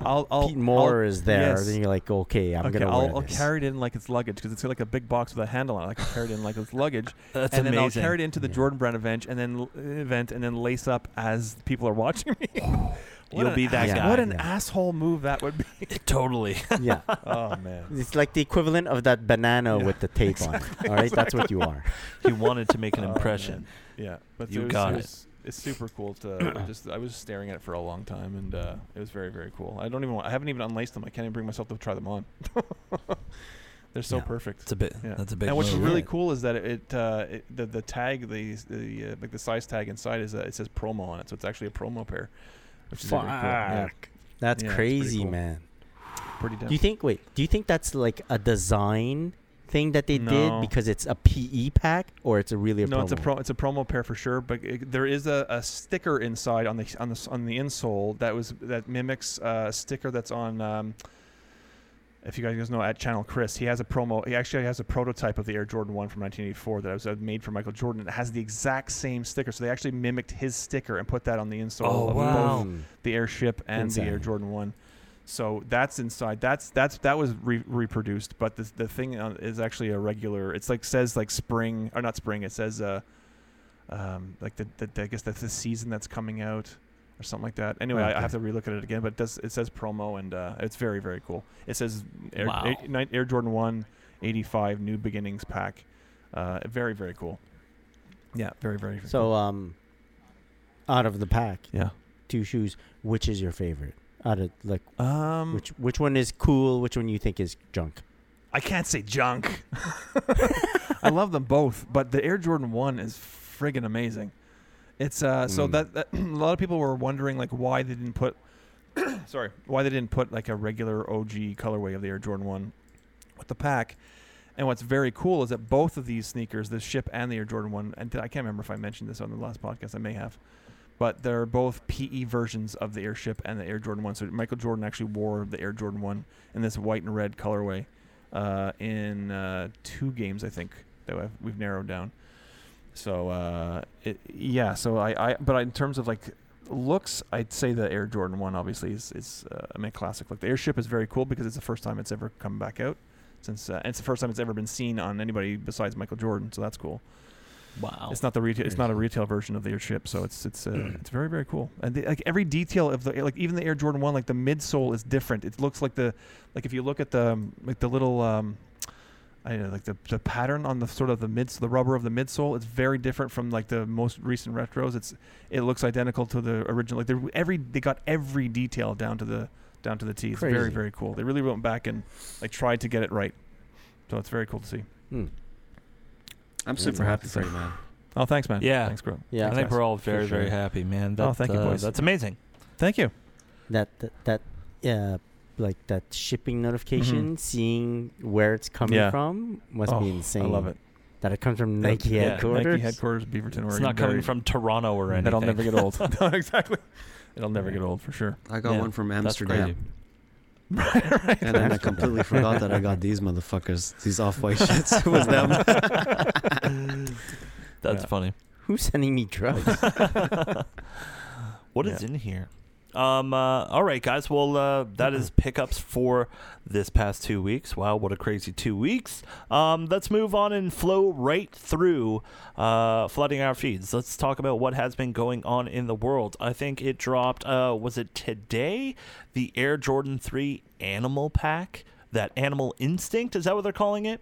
I'll, I'll, Pete Moore I'll- is there. yes. Then you're like, okay, I'm okay, gonna wear I'll, I'll this. carry it in like it's luggage because it's got like a big box with a handle on it. Like I carry it in like it's luggage, That's and then amazing. I'll carry it into the Yeah. Jordan Brown event and then l- event and then lace up as people are watching me. What You'll an be that ass- guy. What an Yeah. asshole move that would be. totally. yeah, oh man. it's like the equivalent of that banana with the tape on. it, All right, that's what you are. he wanted to make an Oh, impression. man. yeah, but You it was, got it it. was- it's super cool to just. I was just staring at it for a long time, and uh, it was very very cool. I don't even. Want, I haven't even unlaced them. I can't even bring myself to try them on. They're so Yeah. perfect. It's a bit. Yeah. That's a big. and what's move. really Yeah. cool is that it, it, uh, it the the tag the the uh, like the size tag inside is uh, it says promo on it, so it's actually a promo pair, which is really cool. Yeah, That's Yeah, it's pretty crazy, cool. man. pretty damn. Do you think? Wait, do you think that's like a design thing that they No. did because it's a PE pack, or it's a really a no, it's a promo? pro it's a promo pair for sure, but it, there is a, a sticker inside on the on the s- on the insole that was that mimics uh, a sticker that's on. Um, if you guys know at Channel Chris, he has a promo. He actually has a prototype of the Air Jordan One from 1984 that was uh, made for Michael Jordan. It has the exact same sticker, so they actually mimicked his sticker and put that on the insole Oh, of wow. both Mm. the airship and the Air Inside. Jordan One. So that's inside. That's that's that was re- reproduced, but the the thing on- is actually a regular. It's like says like spring or not spring. It says uh, um, like the, the, I guess that's the season that's coming out or something like that. Anyway, I, I have to relook at it again, but it does it says promo and uh, it's very very cool. It says Air, Wow. Air, Nine- Air Jordan One, eighty five New Beginnings pack. Uh, very very cool. Yeah, very very. So, um, out of the pack, cool. yeah. two shoes. Which is your favorite? Out of like, Um, which which one is cool? Which one you think is junk? I can't say junk. I love them both, but the Air Jordan One is friggin' amazing. It's uh, so Mm. that, that a lot of people were wondering like why they didn't put, sorry, why they didn't put like a regular OG colorway of the Air Jordan One with the pack. And what's very cool is that both of these sneakers, the Ship and the Air Jordan One, and I can't remember if I mentioned this on the last podcast, I may have, but they're both PE versions of the Airship and the Air Jordan One. So Michael Jordan actually wore the Air Jordan One in this white and red colorway uh, in uh, two games, I think that we've, we've narrowed down. So uh, it, yeah, so I, I but in terms of like looks, I'd say the Air Jordan One obviously is is uh, I mean a classic look. The Airship is very cool because it's the first time it's ever come back out since uh, and it's the first time it's ever been seen on anybody besides Michael Jordan, so that's cool. Wow. It's not the retail. It's Nice. not a retail version of the airship, so it's it's uh, it's very very cool. And the, like every detail of the like even the Air Jordan One, like the midsole is different. It looks like the like if you look at the um, like the little um, I don't know like the, the pattern on the sort of the mids the rubber of the midsole. It's very different from like the most recent retros. It's it looks identical to the original. Like they every they got every detail down to the down to the T. It's very Crazy. very cool. They really went back and like tried to get it right. So it's very cool to see. Hmm. I'm super super Yeah. happy happy for for you, man. Oh, thanks, man. Yeah. Thanks, Grant. Yeah, I Thanks, think guys. we're all very sure. very happy, man. That, Oh, thank you, uh, boys. That's amazing. Thank you. that that that yeah, like that shipping notification, seeing where it's coming Mm-hmm. Yeah. from, must Oh, be insane. I love it. That it comes from That's- Nike yeah, Nike headquarters. Nike headquarters, Beaverton, Oregon. It's not coming Very- from Toronto or anything. That'll never get old. no, exactly. It'll never Yeah. get old for sure. I got Yeah, one from That's Amsterdam, crazy. right, right. and then I completely forgot that I got these motherfuckers, these off-white shits. It was them. That's Yeah. funny. Who's sending me drugs? What is Yeah. in here? Um. Uh, all right, guys. Well, uh, that is Mm-hmm. pickups for this past two weeks. Wow, what a crazy two weeks. Um, let's move on and flow right through, uh, flooding our feeds. Let's talk about what has been going on in the world. I think it dropped. Uh, was it today? The Air Jordan Three Animal Pack. That Animal Instinct. Is that what they're calling it?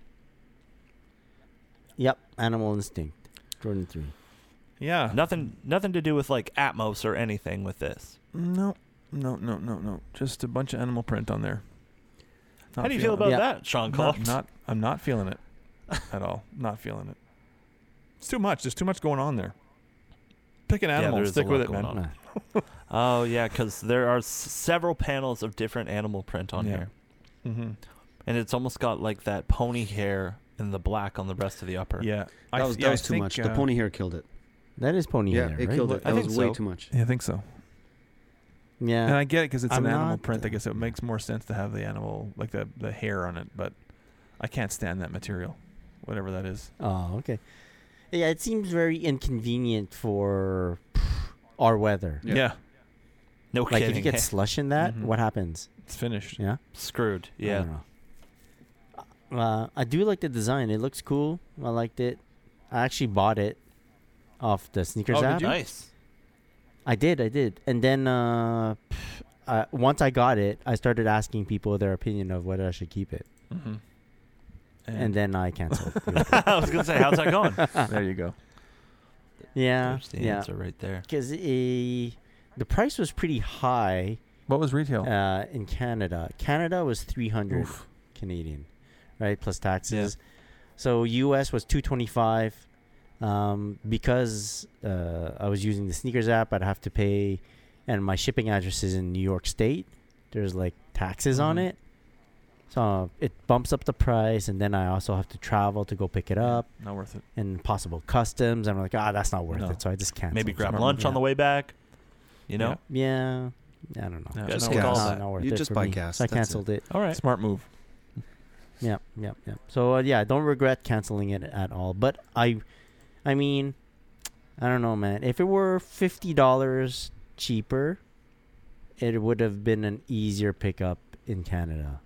yep, Animal Instinct, Jordan Three. Yeah. Nothing. Nothing to do with like Atmos or anything with this. No. No. No. No. No. Just a bunch of animal print on there. Not How do you feel feeling about it. Yeah. that, Sean Not, Collins? not. I'm not feeling it at all. Not feeling it. It's too much. There's too much going on there. Pick an animal. there and is a stick lot with it, going man. on. Oh yeah, because there are s- several panels of different animal print on Yeah. here, Mm-hmm. and it's almost got like that pony hair and the black on the rest of the upper. Yeah. That was, yeah, that was too think, much. uh, the pony hair killed it. That is pony Yeah, hair, it right? killed it. I That think was way so. too much. Yeah, I think so. Yeah, And I get it because it's I'm an animal not, print. I uh, guess it makes more sense to have the animal, like the the hair on it. But I can't stand that material, whatever that is. Oh, okay. Yeah, it seems very inconvenient for our weather. Yeah. No Like kidding. if you get slush in that, Mhm. what happens? It's finished. Yeah. screwed. I Yeah. don't know. Uh, I do like the design. It looks cool. I liked it. I actually bought it off the sneakers Oh, did app. you? Nice. I did. I did. And then uh, uh, once I got it, I started asking people their opinion of whether I should keep it. Mm-hmm. And then I canceled. I was gonna say, how's that going? there you go. yeah. There's the Yeah. answer right there. Because the price was pretty high. What was Oh. retail? uh, in Canada. Canada was 300 Canadian, right? Plus taxes. So US was 225. Um, because uh, I was using the sneakers app, I'd have to pay, and my shipping address is in New York State. There's like taxes on Mm-hmm. Mhm. it. So it bumps up the price, and then I also have to travel to go pick it up Not worth it. and possible customs. I'm like, ah, that's not worth No. it. So I just canceled. Maybe grab Remember lunch on that. the way back. You know. Yeah. I don't know. No, Just not worth get all off. that. not worth You it just for buy me. gas, So I that's it. canceled it. All right. Smart move. Yeah, yeah, yeah. So uh, yeah, I don't regret canceling it at all. But I, I mean, I don't know, man. If it were fifty dollars cheaper, it would have been an easier pickup in Canada.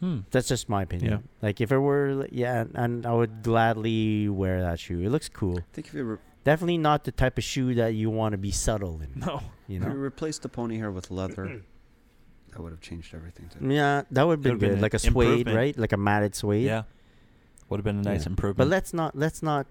Hmm. That's just my opinion. Like if it were, li- yeah, and, and I would gladly wear that shoe. It looks cool. I think if you, re- Definitely not the type of shoe that you want to be subtle in. No. You if you know. replaced the pony hair with leather, that would have changed everything. Too. Yeah, that would have been Would've been good. an Like a suede, improvement. right? Like a matted suede. Yeah. Would have been a nice Yeah. improvement. But let's not let's not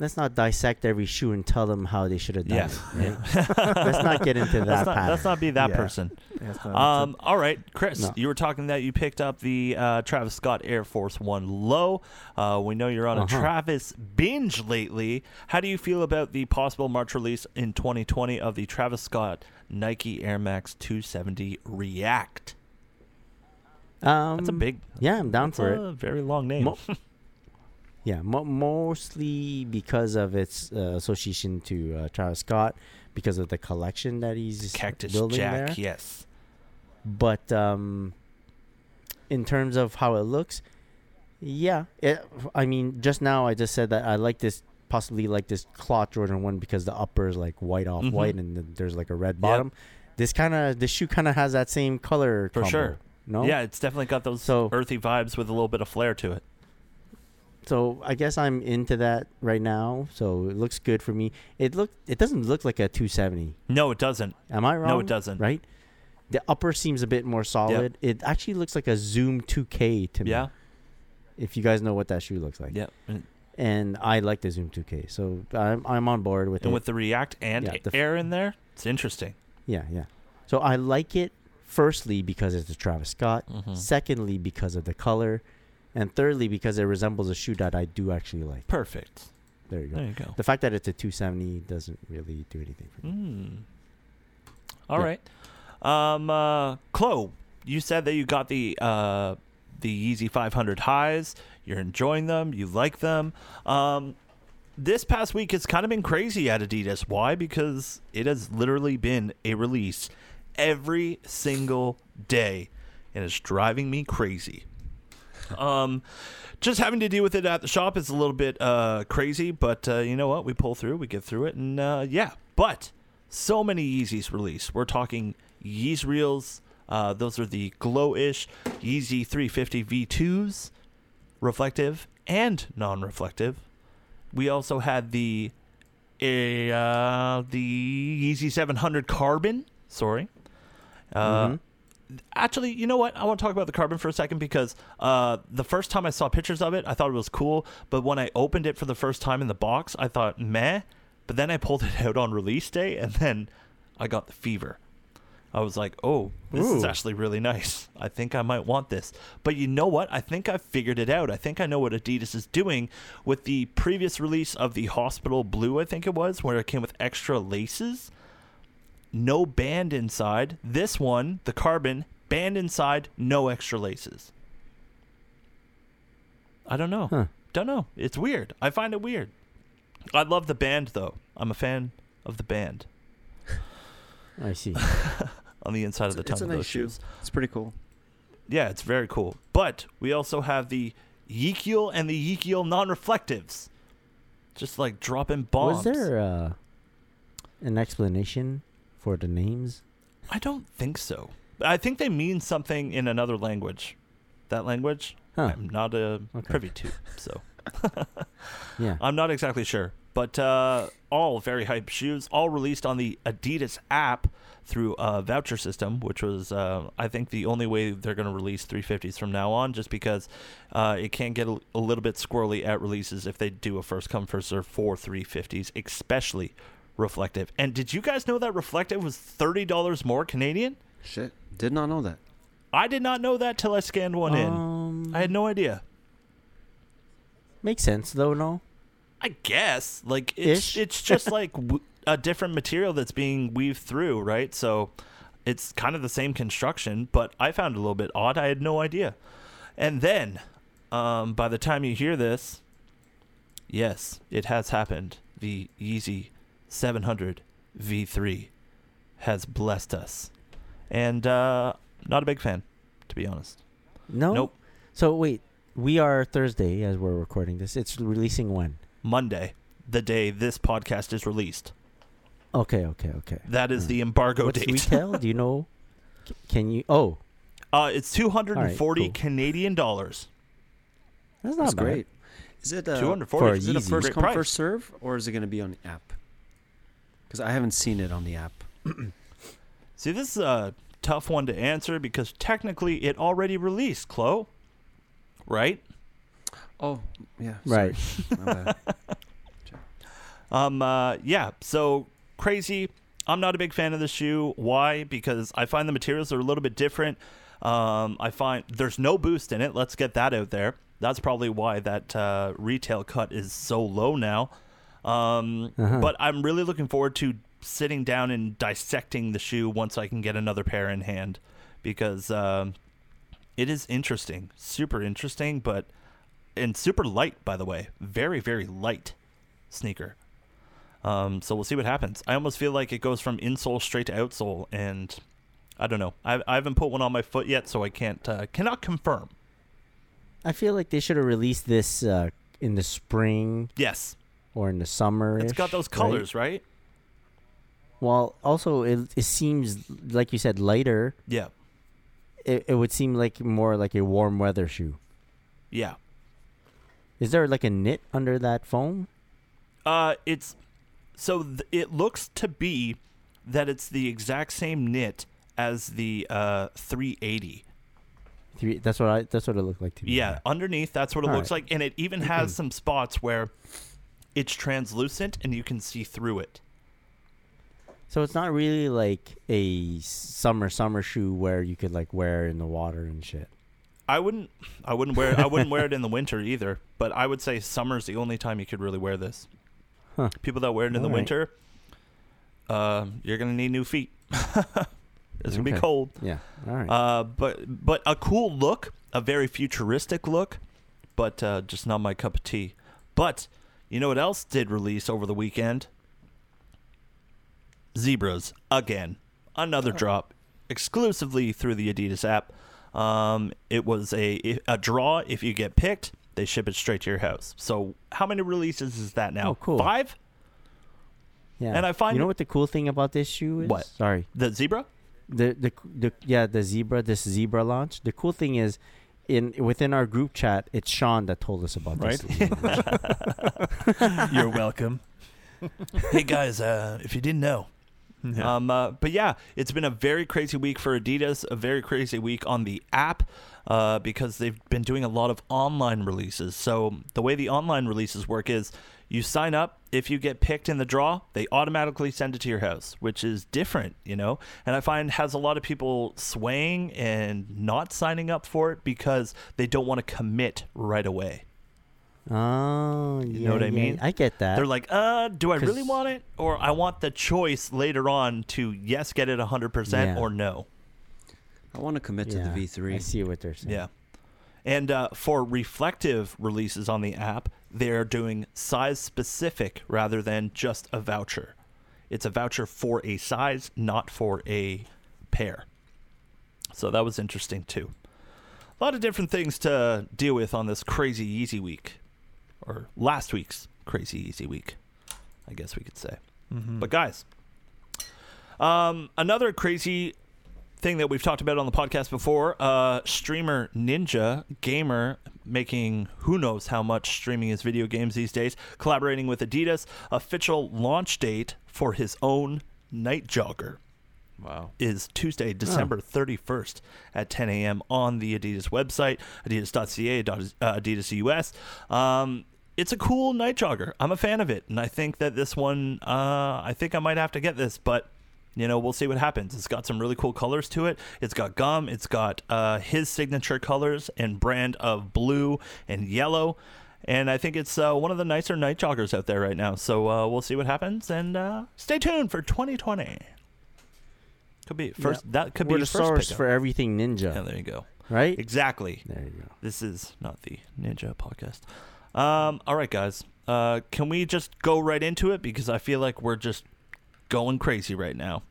let's not dissect every shoe and tell them how they should have done Yeah. it. right? Let's not get into Let's that not, pattern. let's not be that Yeah. person. Yeah, it's not- Um, all right, Chris, No. you were talking that you picked up the uh, Travis Scott Air Force One Low. Uh, we know you're on Uh-huh. a Travis binge lately. How do you feel about the possible March release in 2020 of the Travis Scott Nike Air Max 270 React? Um, That's a big. yeah. I'm down That's for a very long it. name. Mo- yeah, mo- mostly because of its uh, association to uh, Travis Scott, because of the collection that he's Cactus building Jack. there. Yes. But um, in terms of how it looks, yeah. It, I mean, just now I just said that I like this, possibly like this cloth Jordan one because the upper is like white off white Mhm. and then there's like a red bottom. This kind of, this shoe kind of has that same color. For combo, sure. No? Yeah, it's definitely got those So- earthy vibes with a little bit of flair to it. So I guess I'm into that right now. So it looks good for me. It look, it doesn't look like a 270. No, it doesn't. Am I wrong? No, it doesn't. Right? The upper seems a bit more solid. It actually looks like a Zoom 2K to me. Yeah. if you guys know what that shoe looks like. Yeah. And And I like the Zoom 2K, so I'm, I'm on board with it. and with the React and Yeah, the f- Air in there, it's interesting. yeah, yeah. So I like it. Firstly, because it's the Travis Scott. Mm-hmm. Secondly, because of the color, and thirdly, because it resembles a shoe that I do actually like. Perfect. There you go. There you go. The fact that it's a 270 doesn't really do anything for me. Mm. All Yeah. right. Um, uh, Chloe, you said that you got the uh, the Yeezy 500 highs. You're enjoying them. You like them. Um, this past week, it's kind of been crazy at Adidas. Why? Because it has literally been a release every single day, and it's driving me crazy. Um, just having to deal with it at the shop is a little bit uh, crazy, but uh, you know what? We pull through, we get through it, and uh, yeah. But so many Yeezys released. We're talking Yeez Reels. Uh, those are the glow-ish Yeezy 350 V2s, reflective and non-reflective. We also had the uh, the Yeezy 700 Carbon. Sorry. Uh, Mhm. actually, you know what? I want to talk about the carbon for a second because uh, the first time I saw pictures of it, I thought it was cool. But when I opened it for the first time in the box, I thought meh. But then I pulled it out on release day, and then I got the fever. I was like, oh, this is Ooh. actually really nice. I think I might want this. But you know what? I think I've figured it out. I think I know what Adidas is doing with the previous release of the Hospital Blue, I think it was, where it came with extra laces no band inside. This one, the carbon, band inside, no extra laces. I don't know. Huh. Don't know. It's weird. I find it weird. I love the band though. I'm a fan of the band I see. on the inside It's, of the tongue it's a of nice those shoe. shoes. It's pretty cool. Yeah, it's very cool. But we also have the Yeekiel and the Yeekiel non-reflectives. Just like dropping bombs. Was there uh, an explanation for the names? I don't think so. I think they mean something in another language. That language Huh. I'm not uh Okay. privy to, so Yeah. I'm not exactly sure. But uh, all very hype shoes, all released on the Adidas app through a voucher system, which was uh, I think the only way they're going to release 350s from now on, just because uh, it can get a, a little bit squirrely at releases if they do a first come first serve for 350s, especially reflective. And did you guys know that reflective was thirty dollars more Canadian? Shit, did not know that. I did not know that till I scanned one Um, in. I had no idea. Makes sense though, no? I guess like it's Ish. it's just like w- a different material that's being weaved through, right? So it's kind of the same construction, but I found it a little bit odd. I had no idea. And then um, by the time you hear this, yes, it has happened. The Yeezy 700 V3 has blessed us, and uh, not a big fan, to be honest. No. Nope. So wait, we are Thursday as we're recording this. It's releasing when? Monday, the day this podcast is released. Okay, okay, okay. That is the embargo Hmm. What's date. retail? Do you know? C- Can you? Oh, Uh, it's 240 All right, cool. Canadian dollars. that's not That's bad. great. Is it uh, 240 for Is it a Yeezy. first Great come price. first serve, or is it going to be on the app? Because I haven't seen it on the app. See, this is a tough one to answer because technically it already released, Chloe. Right? Oh, yeah. Right. sorry. My bad. Um, uh, yeah, so crazy. I'm not a big fan of the shoe. Why? Because I find the materials are a little bit different. Um, I find there's no boost in it. Let's get that out there. That's probably why that uh, retail cut is so low now. Um, Uh-huh. But I'm really looking forward to sitting down and dissecting the shoe once I can get another pair in hand because um, it is interesting, super interesting, but and super light, by the way, very very light sneaker. Um, so we'll see what happens. I almost feel like it goes from insole straight to outsole, and I don't know. I, I haven't put one on my foot yet, so I can't uh, cannot confirm. I feel like they should have released this uh, in the spring Yes, or in the summer. it's got those colors, right? Well, also it, it seems like you said lighter. Yeah, It, it would seem like more like a warm weather shoe. yeah. Is there like a knit under that foam? Uh, it's so th- it looks to be that it's the exact same knit as the uh 380. Three. That's what I. That's what it looked like to me. Yeah, underneath that's what it All looks like, and it even has some spots where it's translucent and you can see through it. So it's not really like a summer summer shoe where you could like wear in the water and shit. I wouldn't I wouldn't wear I wouldn't wear it in the winter either, but I would say summer's the only time you could really wear this. Huh. People that wear it in the All right. winter, uh, you're gonna need new feet. it's gonna be Okay. cold. Yeah. All right. Uh, but but a cool look, a very futuristic look, but uh, just not my cup of tea. But you know what else did release over the weekend? Zebras again, another drop, exclusively through the Adidas app. Um, it was a a draw. If you get picked, they ship it straight to your house. So how many releases is that now? Oh, cool. Five. yeah. and I find- you know what the cool thing about this shoe is? What? Sorry. The zebra. The, the the yeah the zebra this zebra launch. The cool thing is, in within our group chat, it's Sean that told us about this. Right? You're welcome. hey guys, uh, if you didn't know, Yeah. Um, uh, but yeah, it's been a very crazy week for Adidas, a very crazy week on the app uh, because they've been doing a lot of online releases. So the way the online releases work is you sign up. If you get picked in the draw, they automatically send it to your house, which is different, you know? And I find has a lot of people swaying and not signing up for it because they don't want to commit right away. Oh, yeah, You know what I yeah, mean? I get that. They're like, uh, do I 'Cause- really want it? Or I want the choice later on to yes, get it 100% Yeah. or no. I want to commit to Yeah, the I V3. see what they're saying. Yeah. And uh, for reflective releases on the app, they're doing size specific rather than just a voucher. It's a voucher for a size, not for a pair. So that was interesting too. A lot of different things to deal with on this crazy Yeezy week, or last week's crazy easy week, I guess we could say. Mm-hmm. But guys, um, another crazy thing that we've talked about on the podcast before: uh, streamer Ninja Gamer making who knows how much streaming his video games these days, collaborating with Adidas, official launch date for his own Night Jogger wow. is Tuesday, December 31st at 10 a.m. on the Adidas website, adidas.ca, dot- uh, Adidas US. Um, it's a cool night jogger. I'm a fan of it, and I think that this one, uh, I think I might have to get this, but you know, we'll see what happens. It's got some really cool colors to it. It's got gum. It's got uh, his signature colors and brand of blue and yellow. And I think it's uh, one of the nicer night joggers out there right now. So uh, we'll see what happens, and uh, stay tuned for 2020. Could be first. That could We're be the the first source pickup. for everything ninja, Yeah, there you go. right? Exactly. There you go. This is not the Ninja podcast. Um, all right, guys. Uh, can we just go right into it because I feel like we're just going crazy right now.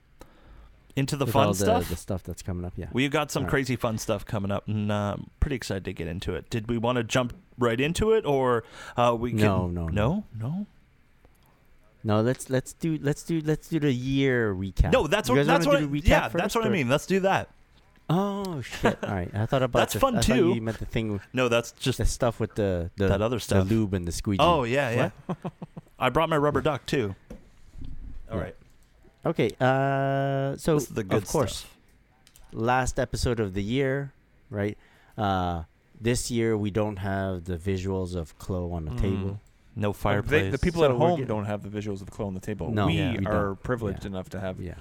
Into the With fun all the, stuff. The stuff that's coming up, yeah. We've got some All right. crazy fun stuff coming up, and uh, I'm pretty excited to get into it. Did we want to jump right into it, or uh, we can? No, no, no, no. no. No, let's let's do let's do let's do the year recap. No, that's You what. guys That's wanna what. do the recap yeah, that's first, what I or- mean. Let's do that. Oh shit! All right, I thought about That's the- fun, I thought too. You meant the thing, with- No, that's just the stuff with the the, That other stuff. the lube and the squeegee. Oh yeah, yeah. I brought my rubber duck too. All Yeah. right. okay. Uh, so this is the good of course, stuff. last episode of the year, right? Uh, this year we don't have the visuals of Chloe on the Mm. table. No But fireplace. they, the people So at we're home getting- don't have the visuals of Chloe on the table. No, we yeah, we are don't. privileged Yeah. enough to have Yeah.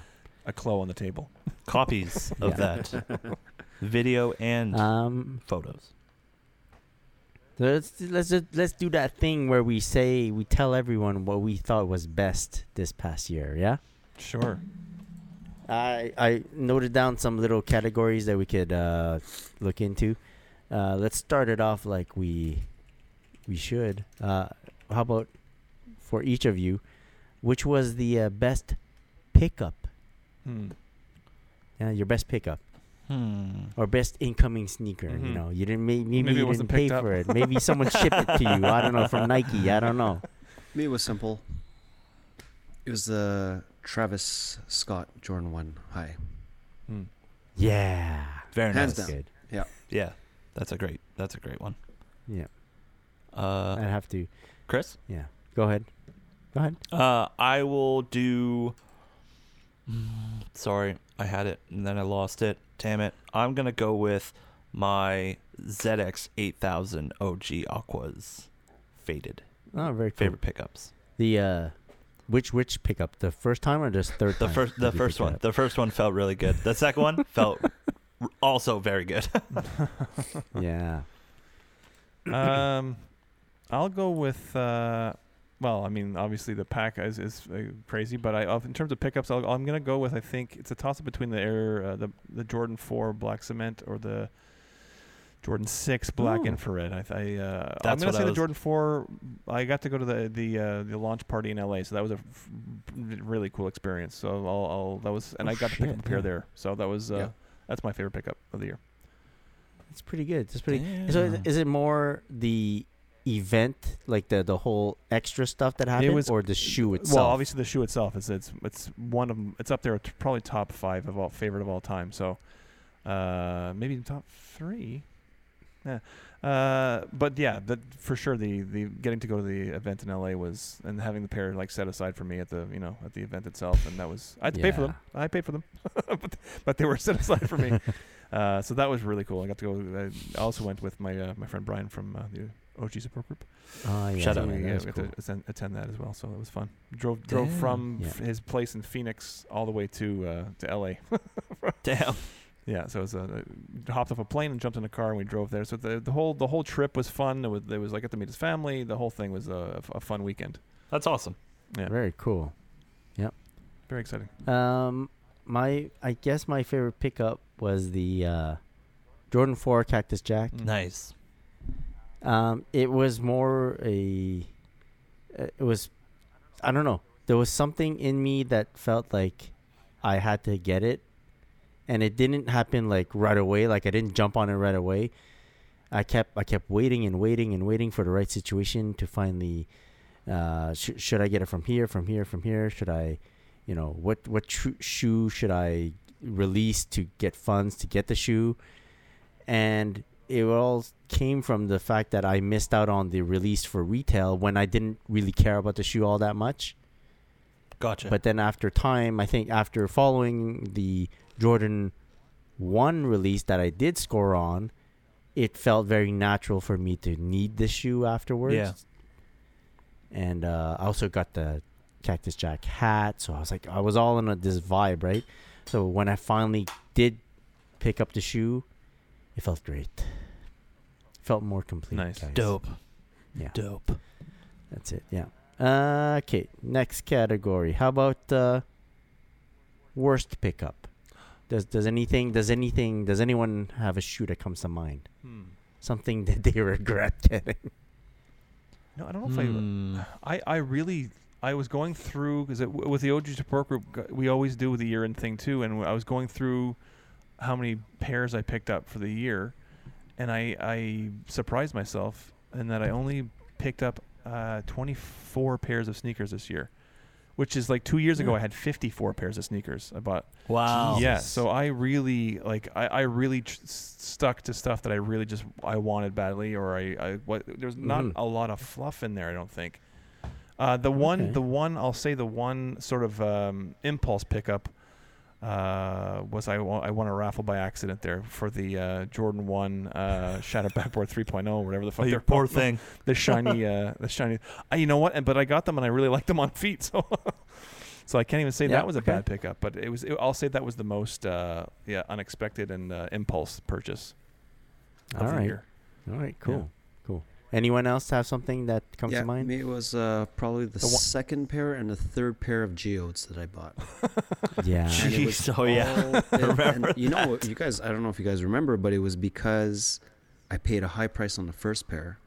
a Chloe on the table. copies of Yeah. that video and Um, photos. let's let's just, let's do that thing where we say we tell everyone what we thought was best this past year. Yeah. Sure. I I noted down some little categories that we could uh, look into. Uh, let's start it off like we we should. Uh, how about for each of you, which was the uh, best pickup? Hmm. Yeah, your best pickup Hmm. or best incoming sneaker. You Mhm. know, you didn't maybe, maybe, Maybe it you wasn't didn't pay picked up. for it. Maybe someone shipped it to you. I don't know from Nike. I don't know. Me it was simple. It was the Travis Scott Jordan One High. Hmm. Yeah, Very Hands nice. down. good. Yeah, that's a great. That's a great one. Yeah, I Uh, have to. Chris, Yeah, go ahead. Go ahead. uh, I will do. Mm, Sorry, I had it and then I lost it. Damn it! I'm gonna go with my ZX 8000 OG Aquas, faded Oh, very cool. favorite pickups. The uh which which pickup? The first time or just third The time first, did the you first pick it one, up? the first one felt really good. The second one felt r- also very good. yeah. um, I'll go with. Uh, well, I mean, obviously the pack is, is uh, crazy, but I of- in terms of pickups, I'll, I'm gonna go with. I think it's a toss up between the Air, uh, the the Jordan Four Black Cement or the Jordan Six Black Ooh. Infrared. I, I uh, I'm That's gonna what say I the was- Jordan Four. I got to go to the the uh, the launch party in LA, so that was a f- really cool experience. So I'll, I'll that was, and Oh, I got to pick shit, up a pair yeah. there. So that was uh, Yeah. that's my favorite pickup of the year. It's pretty good. It's pretty So is, is it more the event like the the whole extra stuff that happened was- or the shoe itself? Well, obviously the shoe itself is it's it's one of 'em- it's up there t- probably top five of all favorite of all time. So uh, maybe even top three. Yeah. Uh, but yeah, the, for sure the the getting to go to the event in LA was and having the pair like set aside for me at the you know at the event itself and that was I had to pay for them. I paid for them, but, but they were set aside for me. Uh, so that was really cool. I got to go. I also went with my uh, my friend Brian from uh, the OG support group. Oh, yeah, Shout yeah, out. yeah, So we, that uh, was got cool. to attend, attend that as well, so it was fun. Drove drove Damn. from Yeah. f- his place in Phoenix all the way to uh, to L.A. Damn. yeah, so it was a, uh, hopped off a plane and jumped in a car and we drove there. So the the whole the whole trip was fun. It was, it was like I got to meet his family. The whole thing was a, a fun weekend. That's awesome. yeah. Very cool. Very exciting. Um my I guess my favorite pickup was the uh Jordan 4 Cactus Jack. Mm. Nice. Um, it was more a. It was, I don't know. There was something in me that felt like I had to get it, and it didn't happen like right away. Like I didn't jump on it right away. I kept I kept waiting and waiting and waiting for the right situation to finally uh, sh- should I get it from here, from here, from here? Should I, you know, what what tru- shoe should I release to get funds to get the shoe? And it all came from the fact that I missed out on the release for retail when I didn't really care about the shoe all that much. Gotcha. But then after time, I think after following the Jordan 1 release that I did score on, it felt very natural for me to need the shoe afterwards. Yeah. And uh, I also got the Cactus Jack hat. So I was like, I was all in a, this vibe, right? So when I finally did pick up the shoe, it felt great. Felt more complete. Nice. guys. dope. Yeah. Dope. That's it. Yeah. Uh, okay. Next category. How about uh, worst pickup? Does does anything does anything does anyone have a shoe that comes to mind? Hmm. Something that they regret getting. No, I don't know if I. Hmm. I, I really I was going through because with the OG support group g- we always do the year end thing too, and I was going through how many pairs I picked up for the year, and I I surprised myself in that I only picked up uh, 24 pairs of sneakers this year, which is like two years ago I had 54 pairs of sneakers I bought. Wow. Yeah, Oh, so I really like I, I really tr- s- stuck to stuff that I really just I wanted badly or I, I what there's not Mm-hmm. Mhm. a lot of fluff in there I don't think. Uh, the one Okay. the one I'll say the one sort of um, impulse pickup uh, was I wa- I won a raffle by accident there for the uh, Jordan 1 uh Shadow Backboard 3.0 whatever the Oh, fuck you they're poor called. thing. the shiny uh the shiny uh, you know what and but i got them and i really liked them on feet so so i can't even say Yeah, that was a okay. bad pickup but it was it, i'll say that was the most uh yeah unexpected and uh, impulse purchase of All the right. year All right. Cool. Cool. Anyone else have something that comes yeah, to mind? me, it was uh, probably the, The one- second pair and the third pair of geodes that I bought. Yeah. And it was Jeez, oh, yeah. all- and- Remember and you know, you guys, I don't know if you guys remember, but it was because I paid a high price on the first pair.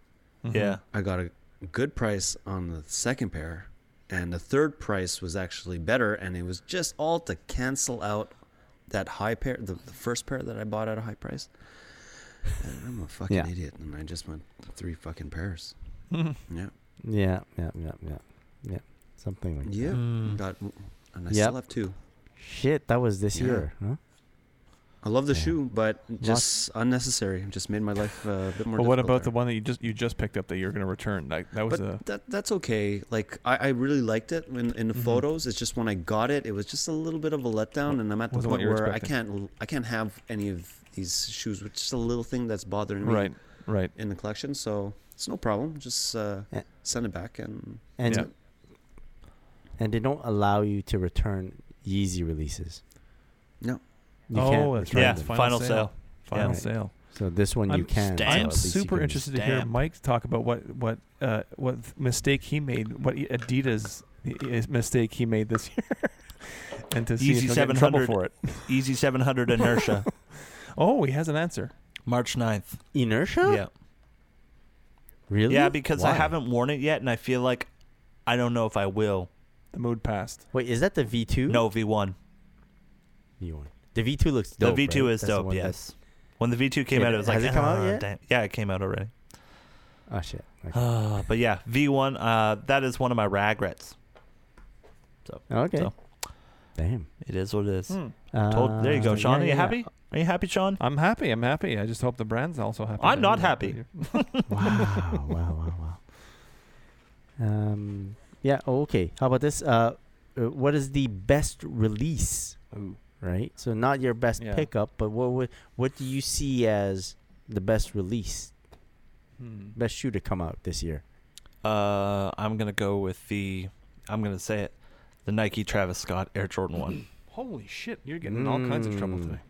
Mm-hmm. Yeah. I got a good price on the second pair, and the third price was actually better, and it was just all to cancel out that high pair, the, the first pair that I bought at a high price. And I'm a fucking Yeah. idiot, and I just went three fucking pairs. Yeah, Yeah. Yeah. Yeah. Yeah. Yeah. Something like yeah, Hmm. Mm. got, and I Yep. still have two. shit. That was this Yeah. year. Huh? I love the Yeah. shoe, but just unnecessary. Just made my life uh, a bit more. but what difficult about the there. one that you just you just picked up that you're going to return that that was But a that that's okay. Like I, I really liked it in, in the Mhm. photos. It's just when I got it, it was just a little bit of a letdown, and I'm at the Wasn't what point you were where I expecting. can't l- I can't have any of these shoes, which is a little thing that's bothering me right right in the collection. So it's no problem. Just uh, Yeah. send it back, and And Yeah. and they don't allow you to return Yeezy releases. No. You oh can't that's return right Yeah, them. final final sale. sale final Yeah. sale So this one I'm you can. so Damn. I'm at least you super can- interested to hear Damn. Mike talk about what what uh, what th- mistake he made, what i- Adidas i- i- mistake he made this year, and to see if Yeezy he'll get in trouble 700. for it. Easy 700 inertia. Oh, he has an answer. March 9th. Inertia? Yeah. Really? Yeah, because I Why? haven't worn it yet, and I feel like I don't know if I will. The mood passed. Wait, is that the V2? No, V1. V1. The V2 looks The dope. V2 right? is That's the dope, one that- yes. When the V2 came Yeah, out, it was has like, it come out "Ah, yet?" damn." Yeah, it came out already. Oh, shit. Okay. Uh, but yeah, V1, uh, that is one of my regrets. okay. so. Damn. It is what it is. Hmm. Told, there you Uh, go, Sean. yeah, Are you yeah. happy? Are you happy, Sean? I'm happy. I'm happy. I just hope the brand's also happy. I'm to not hear that happy. you're- wow, wow, wow, wow. Um, yeah. oh, okay. How about this? Uh, uh, what is the best release? Right. So not your best Yeah. pickup, but what would what do you see as the best release, Hmm. best shoe to come out this year? Uh, I'm gonna go with the. I'm gonna say it. The Nike Travis Scott Air Jordan One. Holy shit! You're getting in all kinds of trouble Mm. today.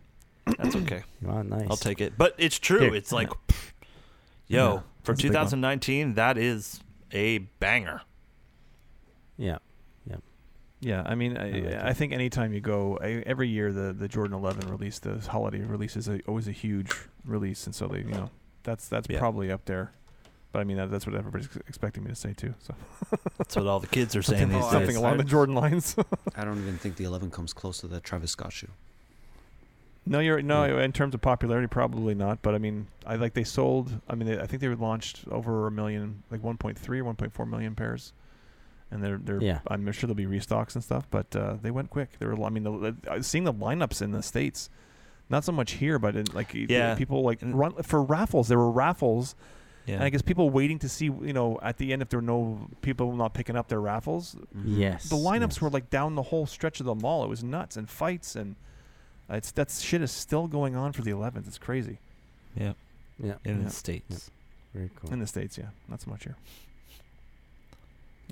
That's okay. Wow, nice. I'll take it. But it's true. Here. It's like, Yeah, yo, for that's a big one. 2019, that is a banger. Yeah. Yeah, I mean, I, I like I, think anytime you go, I, every year the, the Jordan 11 release, the holiday release is a, always a huge release, and so they, you know, that's that's Yeah. probably up there. But I mean, that, that's what everybody's ex- expecting me to say too. So That's what all the kids are saying something, these Oh, something days. along the Jordan lines. I don't even think the 11 comes close to the Travis Scott shoe. no, you're no. In terms of popularity, probably not. But I mean, I like they sold. I mean, they, I think they were launched over a million, like 1.3 or 1.4 million pairs. and they're they're Yeah. I'm sure there'll be restocks and stuff, but uh, they went quick. They were I mean the, uh, seeing the lineups in the states, not so much here, but in like y- Yeah. people like And- run for raffles. There were raffles, Yeah. and I guess people waiting to see you know at the end if there were no people not picking up their raffles. Mm-hmm. Yes. Mm-hmm. The lineups yes. were like down the whole stretch of the mall. It was nuts and fights and. uh, It's that shit is still going on for the 11th. It's crazy yeah. Yeah. In Yeah. the states. Very cool. in the states. Yeah, not so much here.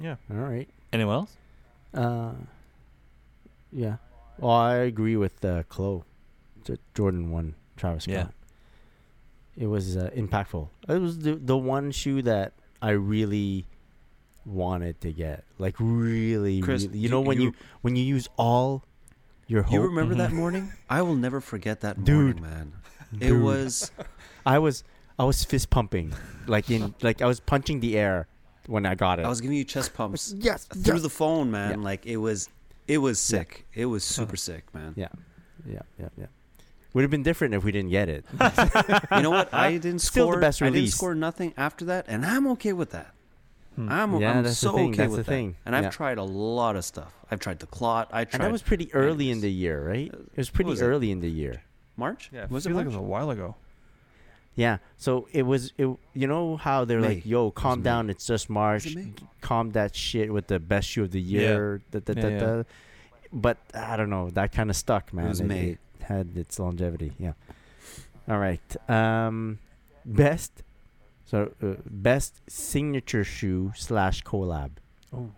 Yeah, All right. Anyone else? Uh, yeah. Well, I agree with uh, Chloe. J- Jordan one, Travis Scott. Yeah. It was uh, impactful. It was the the one shoe that I really wanted to get. Like really, Chris, really. You do know when you- you, Mm-hmm. when you use all your You hope. remember that Mhm. morning? I will never forget that Dude. morning, man. It Dude. was I was I was fist pumping, like in like I was punching the air when I got it. I was giving you chest pumps yes, through yes. the phone, man. Yeah. Like it was it was sick. It was super sick, man. yeah, yeah, yeah, yeah. Would have been different if we didn't get it. You know what? I didn't Still the score best I didn't release. score nothing after that, and I'm okay with that. Hmm. I'm, Yeah, I'm that's the so thing, okay that's with the that. thing. And I've Yeah. tried a lot of stuff. I've tried the clot. I And tried that was pretty early in Anyways. the year, right? It was what pretty was it? early in the year. March. yeah. was it feels like it March? was a while ago. Yeah. So it was it, you know how they're like, May. "Yo, It calm was down, it's just March. Was it May? G- Calm that shit with the best shoe of the Yeah. year." Da, da, Yeah, da, yeah. da. But I don't know, that kind of stuck, man. was May. it had its longevity. Yeah. All right. Um best so uh, best signature shoe slash collab. Oh,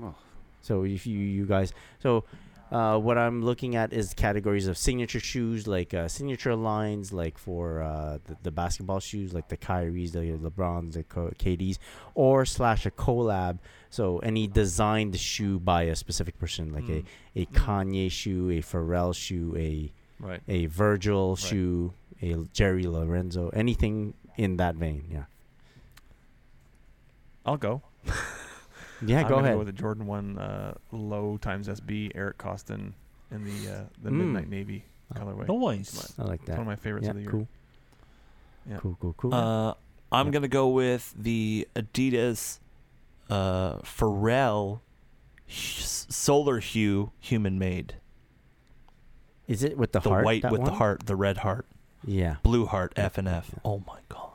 Oh, So if you you guys, so uh, what I'm looking at is categories of signature shoes, like uh, signature lines, like for uh, the, the basketball shoes, like the Kyrie's, the LeBrons, the Ko- KD's, or slash a collab. So any designed shoe by a specific person, like Mm-hmm. Mm. a a Mm. Kanye shoe, a Pharrell shoe, a right. a Virgil shoe, a Jerry Lorenzo, anything in that vein. Yeah. I'll go. Yeah. I'm go gonna ahead. Go with the Jordan one uh, low times SB Eric Costin in the uh, the Mm. Midnight Navy Oh. colorway. Noise. I like It's one that. of my favorites Yeah. of the year. Cool. Yeah. Cool. Cool. Cool. Uh, I'm Yeah. gonna go with the Adidas uh, Pharrell h- Solar Hue Human Made. Is it with the, The heart? white that with the one? heart, the red heart, Yeah. blue heart, Yeah, F and F. yeah. Oh my god.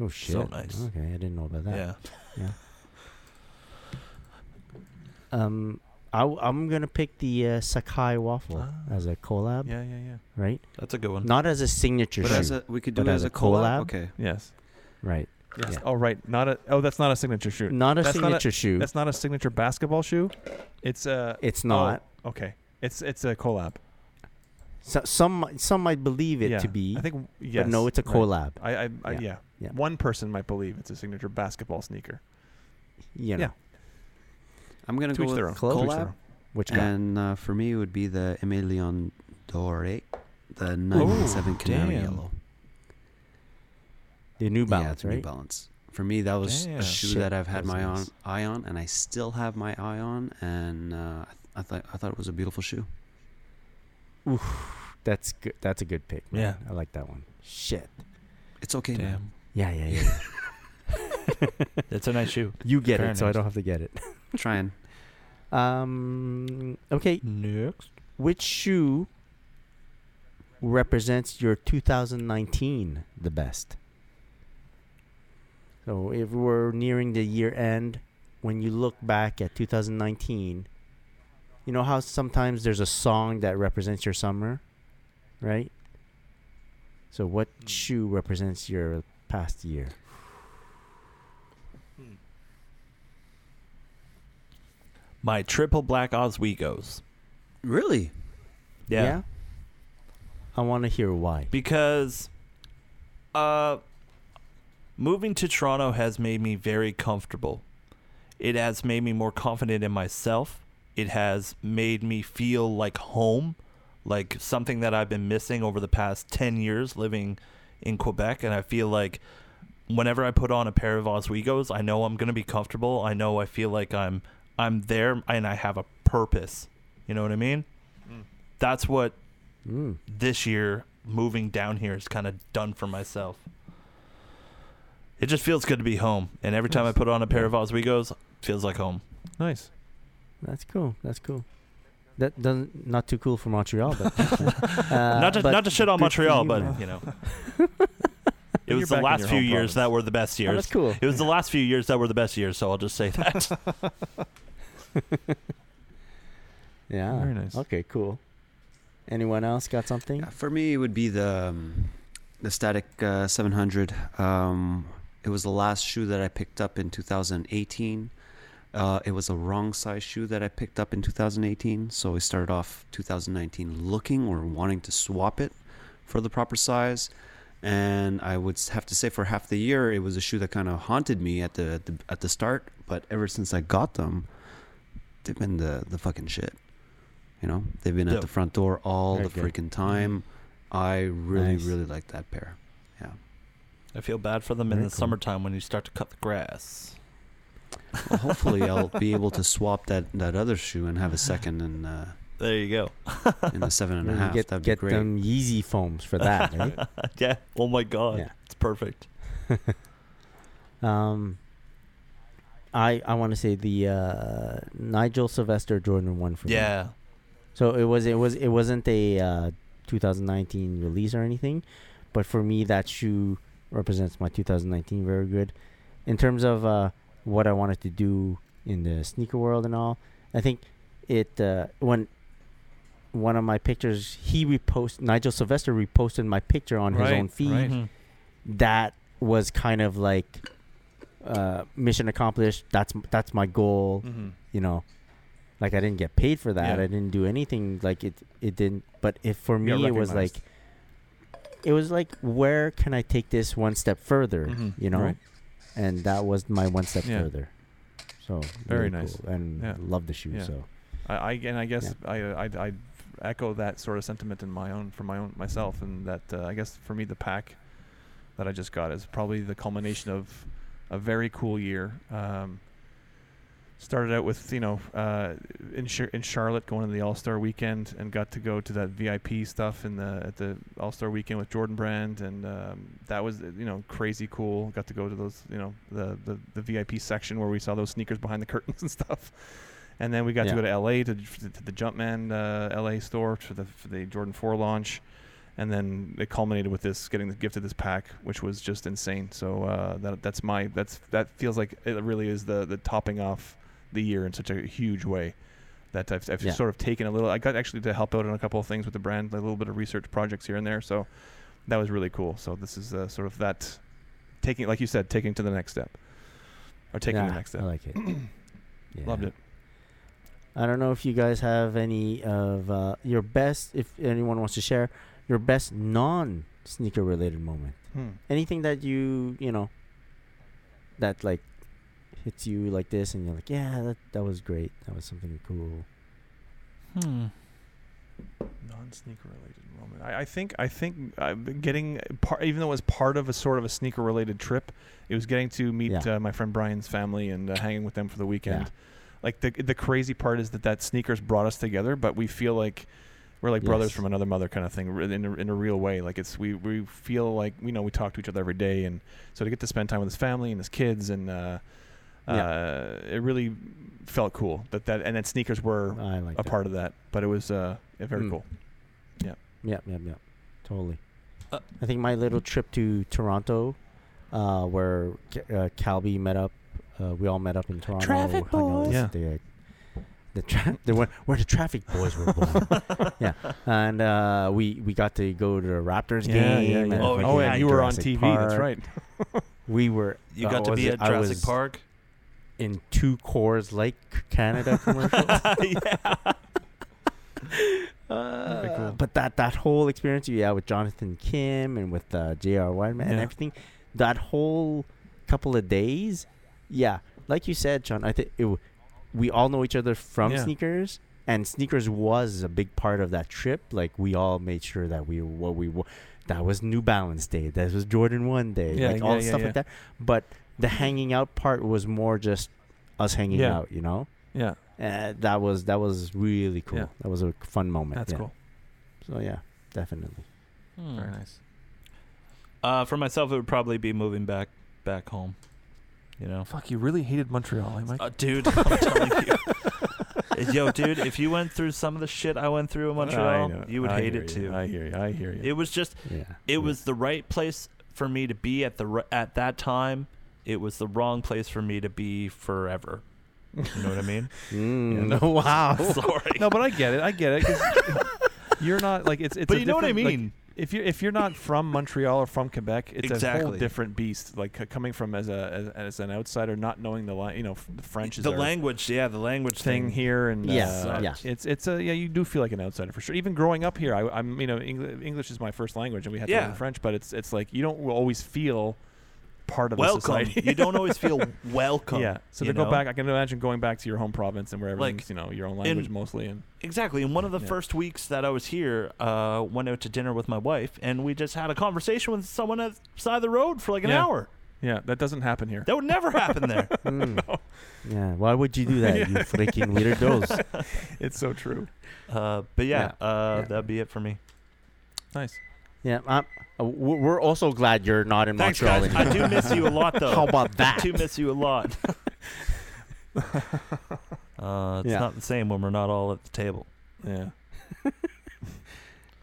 Oh shit. nice. Okay, I didn't know about that. Yeah. Um, I, am gonna pick the uh, Sakai waffle Ah. as a collab, Yeah, yeah, yeah. right? That's a good one. Not as a signature but shoe, as a we could do But it as a collab. Okay. Yes. right? Yes. Yeah. Oh, right. Not a. Oh, that's not a signature shoe. Not a That's not a- signature shoe. That's not a signature basketball shoe. It's a. It's not. Okay. It's it's a collab. So, some might- some might believe it yeah. to be, I think. Yes. but no, it's a right. collab. I. I, I yeah. Yeah, yeah. One person might believe it's a signature basketball sneaker. You know, Yeah. I'm gonna To each go their with own. Club? To each their collab. own. which guy? And uh, for me, it would be the Emilion Dore, the 997 Canary damn. Yellow. The New Yeah, Balance, the New right? Balance. For me, that was Damn. a shoe Shit, that I've had that's my nice. on, eye on, and I still have my eye on, and uh, I, th- I thought I thought it was a beautiful shoe. That's good. That's a good pick. Man. Yeah. I like that one. Shit. It's okay, man. Damn. Yeah, yeah, yeah. That's a nice shoe. you get Fair it, so I enough. don't have to get it. Trying. Um. Okay. Next. Which shoe represents your 2019 the best? So if we're nearing the year end, when you look back at 2019, you know how sometimes there's a song that represents your summer, right? So what shoe represents your past year? My triple black Oswego's. Really? Yeah. I want to hear why. Because uh moving to Toronto has made me very comfortable. It has made me more confident in myself. It has made me feel like home, like something that I've been missing over the past 10 years living in Quebec and I feel like whenever I put on a pair of Oswego's, I know I'm going to be comfortable. I know I feel like I'm I'm there and I have a purpose. You know what I mean? That's what Mm. this year moving down here is kind of done for myself. It just feels good to be home, and every time I Nice. put on a pair of Oswego's, feels like home. Nice. That's cool. That's cool. That doesn't not too cool for Montreal, but uh, not to but not to shit on good for Montreal, you, but man. you know, it You're was the back in last your few home years province. that were the best Oh, years. that's cool. It was the last few years that were the best years, so I'll just say that. Yeah. Very nice. Okay. Cool. Anyone else got something? Yeah, for me, it would be the um, the Static uh, 700. Um, it was the last shoe that I picked up in 2018. Uh, it was a wrong size shoe that I picked up in 2018. So I started off 2019 looking or wanting to swap it for the proper size. And I would s- have to say, for half the year, it was a shoe that kind of haunted me at the, at the at the start. But ever since I got them, they've been the the fucking shit. You know, they've been at Dope. the front door all Very the good. freaking time. I really, Nice. really like that pair. Yeah. I feel bad for them in Very the cool. summertime when you start to cut the grass. Well, hopefully, I'll be able to swap that, that other shoe and have a second in uh, There you go. in the seven and a Maybe half. Get, That'd get be great. them Yeezy foams for that. right? yeah. Oh my god. Yeah. It's perfect. Um, I I want to say the uh, Nigel Sylvester Jordan one for me. Yeah. So it was it was it wasn't a uh, 2019 release or anything, but for me that shoe represents my 2019 very good. In terms of uh, what I wanted to do in the sneaker world and all, I think it uh, when one of my pictures he reposted Nigel Sylvester reposted my picture on his Right, own feed. right. Mhm. That was kind of like uh, mission accomplished. That's that's my goal Mm-hmm. you know like i didn't get paid for that Yeah. i didn't do anything like it it didn't but if for me it was like it was like where can i take this one step further Mhm. you know Right. and that was my one step Yeah. further so Very really nice. cool. and Yeah. love the shoe Yeah. so I, I and I guess I, I I echo that sort of sentiment in my own for my own myself, and that uh, I guess for me the pack that I just got is probably the culmination of a very cool year. Um, started out with you know uh, in Char- in Charlotte going to the All Star Weekend and got to go to that VIP stuff in the at the All Star Weekend with Jordan Brand, and um, that was uh, you know crazy cool. Got to go to those you know the, the the VIP section where we saw those sneakers behind the curtains and stuff. And then we got Yeah. to go to LA to, to the Jumpman uh, LA store for the, for the Jordan 4 launch. And then it culminated with this getting the gift of this pack, which was just insane. So uh, that that's my that's that feels like it really is the the topping off the year in such a huge way that I've, I've Yeah. sort of taken a little. I got actually to help out on a couple of things with the brand, a little bit of research projects here and there. So that was really cool. So this is uh, sort of that taking, like you said, taking to the next step or taking yeah, the next step. i like it yeah. Loved it. i don't know if you guys have any of uh, your best if anyone wants to share your best non sneaker related moment Hmm. anything that you you know that like hits you like this and you're like yeah that, that was great that was something cool Hmm. non-sneaker related moment. I, I think I think uh, getting part, even though it was part of a sort of a sneaker related trip, it was getting to meet Yeah. uh, my friend Brian's family and uh, hanging with them for the weekend. Like the the crazy part is that that sneakers brought us together, but we feel like we're like brothers Yes. from another mother kind of thing re- in a, in a real way. Like it's we we feel like we know we talk to each other every day, and so to get to spend time with his family and his kids and. Uh, Yeah. uh, it really felt cool that that and that sneakers were i like a part of that, but it was uh, very Mm. cool. yep yep yep totally Uh, i think my little trip to toronto uh where K- uh, calby met up uh, we all met up in toronto Traffic hung out with boys. Yeah. the, uh, the tra- the one where the traffic boys were born yeah and uh we we got to go to the raptors game and yeah. Oh, fucking Oh, and you were on Jurassic TV. That's Park. right. we were You uh, got to was be it- at I Jurassic was- Park. in two Coors Lake Canada commercials. Very cool. But that that whole experience, yeah, with Jonathan Kim and with uh, J.R. Wideman and Yeah. everything, that whole couple of days, yeah, like you said, John, I think it w- we all know each other from Yeah. sneakers. And sneakers was a big part of that trip. Like we all made sure that we what we wore. That was New Balance day. That was Jordan One day. Yeah, like all yeah, the yeah, stuff yeah. like that. But the hanging out part was more just us hanging Yeah. out. You know. Yeah, Uh, that was that was really cool. Yeah. That was a fun moment. that's yeah. cool. So yeah, definitely. Hmm. Very nice. Uh, for myself, it would probably be moving back back home. You know, Fuck, you really hated Montreal, eh, Mike? Uh, dude, I'm telling you. Yo, dude, if you went through some of the shit I went through in I know. Montreal, you would I hate hear it you. too. I hear you. I hear you. It was just, Yeah. it was the right place for me to be at the ri- at that time. It was the wrong place for me to be forever. You know what I mean? Mm, Wow. Sorry. no, but I get it. I get it. 'cause you're not like it's. it's But a you know what I different, like, mean. if you're if you're not from Montreal or from Quebec, it's a whole Exactly. different beast. Like c- coming from as a as, as an outsider, not knowing the line, you know, f- the French is the our language, yeah, the language thing here, and Yes, uh, yeah. it's it's a yeah. You do feel like an outsider for sure. Even growing up here, I, I'm you know Engl- English is my first language, and we had to Yeah. learn French, but it's it's like you don't always feel part of the Welcome. society. you don't always feel welcome. Yeah, so you to go know? back, I can imagine going back to your home province and where Like, everything's you know your own language mostly, and Exactly. And one of the Yeah. first weeks that I was here, uh, went out to dinner with my wife, and we just had a conversation with someone at the side of the road for like an Yeah. hour. yeah, that doesn't happen here. That would never happen there. Mm. Yeah. Why would you do that, you freaking weirdos? it's so true. Uh, but yeah, Uh, Yeah. that'd be it for me. Nice. Yeah. I'm, uh, we're we're also glad you're not in Montreal I do anymore. miss you a lot, though. How about I that? do miss you a lot. uh, it's Yeah. not the same when we're not all at the table, Yeah.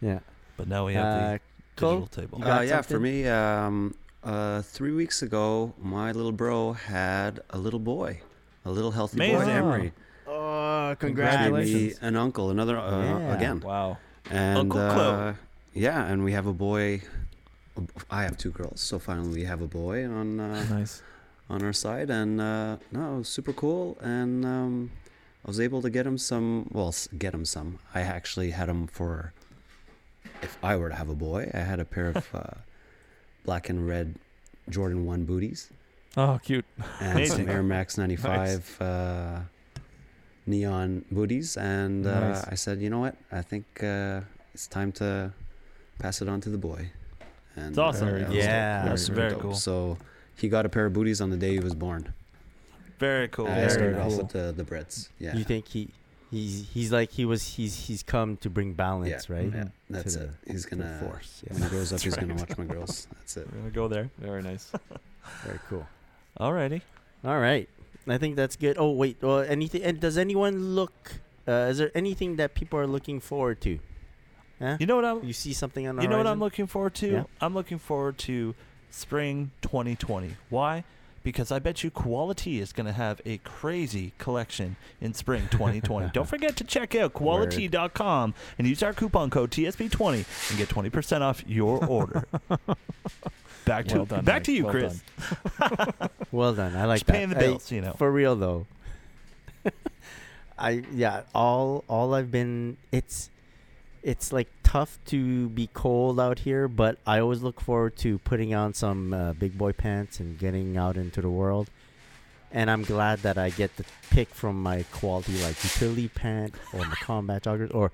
Yeah. but now we have Uh, the Cole, digital you table. got Uh, yeah, for something? me, um, uh, three weeks ago, my little bro had a little boy, a little healthy boy, Amazing. Emery. Oh, Actually, An uncle, another uh, Yeah. again, Wow. and Uncle Chloe. uh, yeah, and we have a boy. I have two girls, so finally we have a boy on uh, Nice. on our side, and uh, no, it was super cool. And um, I was able to get him some. Well, s- get him some. I actually had him for. If I were to have a boy, I had a pair of uh, black and red Jordan One booties Oh, cute. and Amazing. some Air Max 95 uh, neon booties. And uh, Nice. I said, you know what? I think uh, it's time to pass it on to the boy. And It's awesome. uh, Very it cool. was Yeah. dope. It was Very, very dope. cool. So he got a pair of booties on the day he was born. Very cool. I Very started nice. off with the, the Brits. Yeah. You think he, he's he's like he was he's he's come to bring balance, right? yeah. That's the- it. He's to going the to, force. when Yeah. he grows up, he's going to watch my girls. That's it. We're gonna go there. Very nice. Very cool. Alrighty. All right. I think that's good. Oh wait, well, anything? And does anyone look? Uh, is there anything that people are looking forward to? You know what I'm. You see something on the You know what I'm horizon? looking forward to? Yeah. I'm looking forward to spring 2020. Why? Because I bet you Quality is going to have a crazy collection in spring 2020. Don't forget to check out quality.com and use our coupon code TSP20 and get 20% off your order. back to Well done, back Mike. to you, Well Chris. done. Well done. I like Just that. paying the I- bills, you know. For real though. I yeah, all all I've been it's it's like tough to be cold out here, but I always look forward to putting on some uh, big boy pants and getting out into the world. And I'm glad that I get the pick from my quality like utility pant or my combat joggers or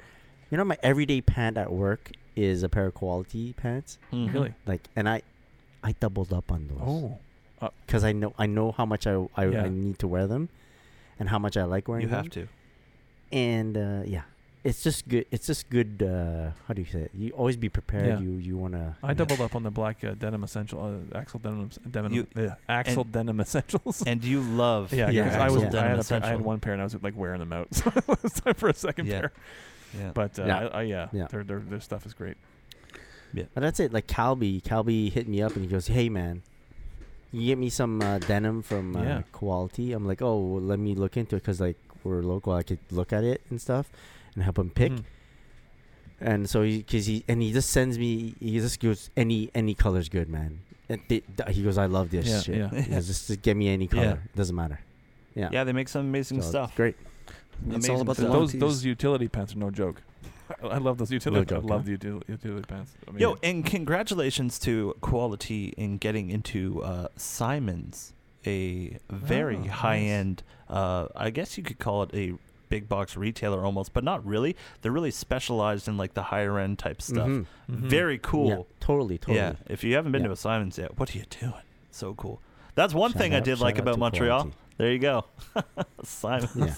you know my everyday pant at work is a pair of quality pants. Mhm. Really? Like and I I doubled up on those Oh. because I know I know how much I I, Yeah. I need to wear them, and how much I like wearing You them. have to. And uh, yeah, it's just good. It's just good. Uh, how do you say it? You always be prepared. Yeah. You you wanna. I doubled up on the black uh, denim essential, uh, Axel denim, denim, You- uh, Axel denim essentials. And you love yeah, Yeah, because I was Axel I, denim had a pair, I had essential. one pair and I was like wearing them out. so it was time for a second Yeah. pair. Yeah. But uh, Yeah. I, I, yeah, Yeah. Their, their their stuff is great. But that's it. Like Calby, Calby hit me up and he goes, "Hey man, you get me some uh, denim from uh, Yeah. Quality." I'm like, "Oh, well, let me look into it because like we're local, I could look at it and stuff, and help him pick." Mm. Mm-hmm. And so he, cause he, and he just sends me, he just goes, any, any color's good, man. And they, th- he goes, I love this Yeah, shit. yeah. He goes, just, just get me any Yeah. color. It doesn't matter. Yeah. Yeah, they make some amazing So stuff. It's great. It's all Amazing about the stuff. long Those tees. those utility pants are no joke. I, I love those utility. No joke, I love huh? the utility, utility pants. I mean, Yo, and congratulations to Quality in getting into uh, Simon's, a very Oh, nice. high end, uh, I guess you could call it a big box retailer almost, but not really. They're really specialized in like the higher end type stuff. Mhm. Mm-hmm. Mhm. Very cool. Yeah, totally, totally. Yeah, if you haven't been Yeah. to a Simon's yet, what are you doing? So cool. That's one Shout thing I out- did like shout out about to Montreal. Quality. There you go. Simon. Yeah.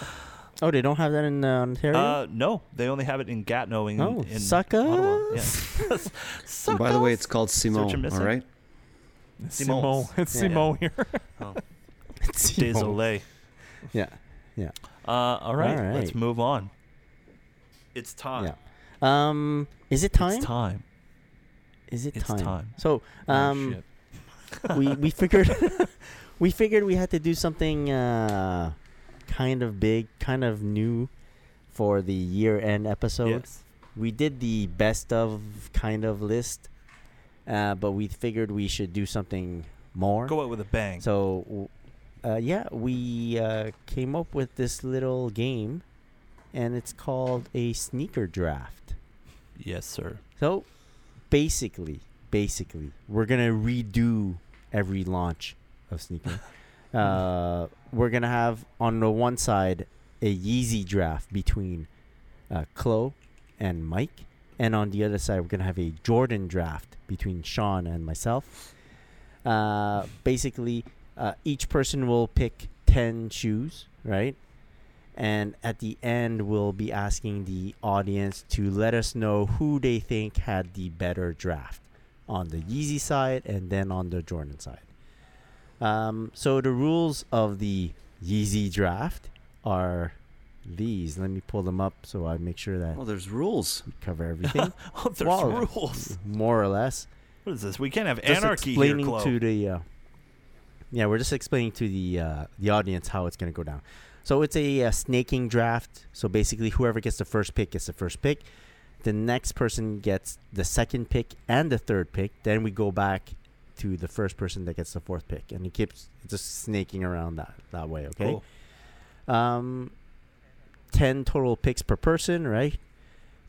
oh, they don't have that in uh, Ontario? Uh, no, they only have it in Gatineau in, Oh, in suckers. Ottawa. Yeah. And by the way, it's Suckers. called what you're Simone, all missing. right? It's Simons. Simo. Mhm. It's Yeah, yeah. Simo here. Désolé. Yeah. Yeah. Uh, all, right, All let's right. move on. It's time. Yeah. Um, is it time? It's time. Is it It's time? time. So, Oh, um, shit. we we figured we figured we had to do something uh, kind of big, kind of new for the year end episode. yes. We did the best of kind of list, uh, but we figured we should do something more. Go out with a bang. So, w- uh, yeah, we uh, came up with this little game, and it's called a sneaker draft. yes, sir. So, basically, basically, we're gonna redo every launch of sneaker. uh, we're gonna have on the one side a Yeezy draft between uh, Chloe and Mike, and on the other side we're gonna have a Jordan draft between Sean and myself. Uh, basically, uh, each person will pick ten shoes, right? And at the end, we'll be asking the audience to let us know who they think had the better draft on the Yeezy side and then on the Jordan side. Um, so the rules of the Yeezy draft are these. Let me pull them up so I make sure that Well, there's rules. we cover everything, Oh, there's Wow. rules. more or less. What is this? We can't have Just anarchy here, explaining Chloe. to the uh, yeah, we're just explaining to the uh, the audience how it's gonna go down. So it's a uh, snaking draft. So basically, whoever gets the first pick gets the first pick. The next person gets the second pick and the third pick. Then we go back to the first person that gets the fourth pick, and it keeps just snaking around that that way. Okay. Cool. Um, 10 total picks per person, right?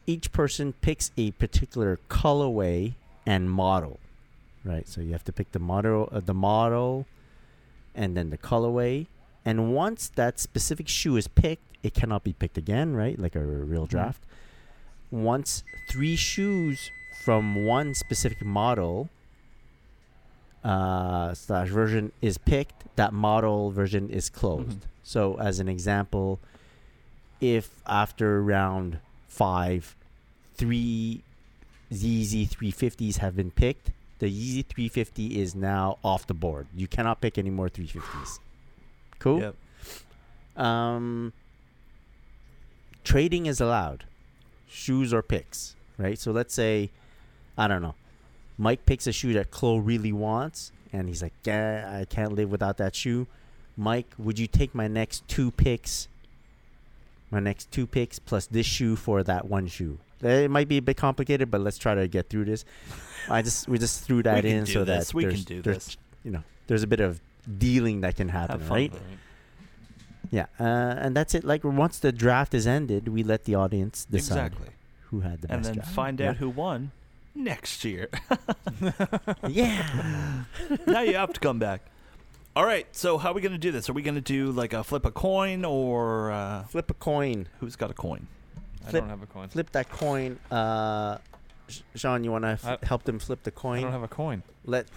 Each person picks a particular colorway and model, right? So you have to pick the model, uh, the model, and then the colorway. And once that specific shoe is picked, it cannot be picked again, right? Like a real draft. Once three shoes from one specific model uh, slash version is picked, that model version is closed. So, as an example, if after round five, three ZZ 350s have been picked, the Yeezy 350 is now off the board. You cannot pick any more 350s. Cool. Yep. Um, trading is allowed. Shoes or picks, right? So let's say, I don't know, Mike picks a shoe that Chloe really wants, and he's like, "Yeah, I can't live without that shoe." Mike, would you take my next two picks? My next two picks plus this shoe for that one shoe. Eh, It might be a bit complicated, but let's try to get through this. I just we just threw that we in can do so this. that we can there's- do there's, this. You know, there's a bit of dealing that can happen, Have fun. right? with it. Yeah, uh, and that's it. Like once the draft is ended, we let the audience decide Exactly. who had the And best then draft. find Yeah. out who won next year. Yeah. now you have to come back. All right. So how are we going to do this? Are we going to do like a flip a coin or uh, Flip a coin. who's got a coin? I flip- don't have a coin. Flip that coin. Uh, Sh- Sean, you want to f- I- help them flip the I coin? don't have a coin. Let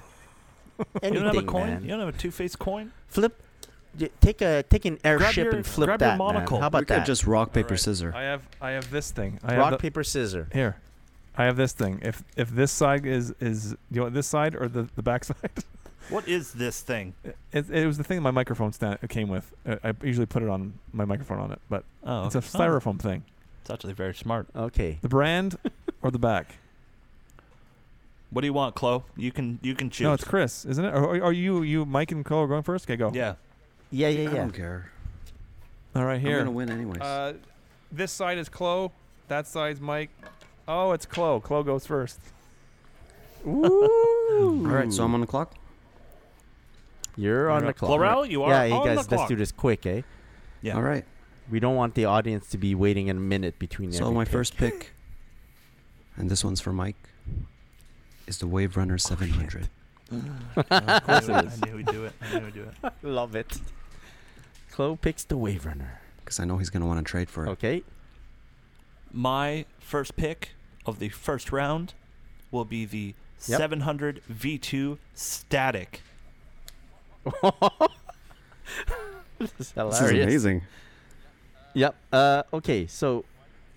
You anything, don't have a coin. man. You don't have a two faced coin. Flip. y- Take a take an airship your- and flip grab your that. man. monocle. How We about we that? could just rock paper Alright. scissor. I have I have this thing. I rock have the, paper scissors. here. I have this thing. If if this side is is you want this side or the the back side? What is this thing? It, it was the thing my microphone stand it came with. Uh, I usually put it on my microphone on it, but Oh, it's a okay. Oh, styrofoam thing. it's actually very smart. Okay. The brand or the back? What do you want, Chloe? You can you can choose. No, it's Chris, isn't it? Or, or are you you Mike and Cole are going first? Okay, go. yeah. Yeah, yeah, I yeah. don't care. All right, I'm here. gonna win anyways. Uh, this side is Chloe. That side's Mike. Oh, it's Chloe. Chloe goes first. All right, so I'm on the clock. You're on the clock. Laurel, you are Yeah, you on guys, the clock. let's do this quick, eh? Yeah. All right. We don't want the audience to be waiting a minute between. So every my pick. first pick, and this one's for Mike, is the Wave Oh, Runner 700. of course it is. I knew we'd do it. I knew we'd do it. Love it. Chloe picks the Wave Runner. Because I know he's gonna want to trade for it. Okay. My first pick of the first round will be the Yep. 700 V2 static. This is amazing. Yep. Uh, okay, so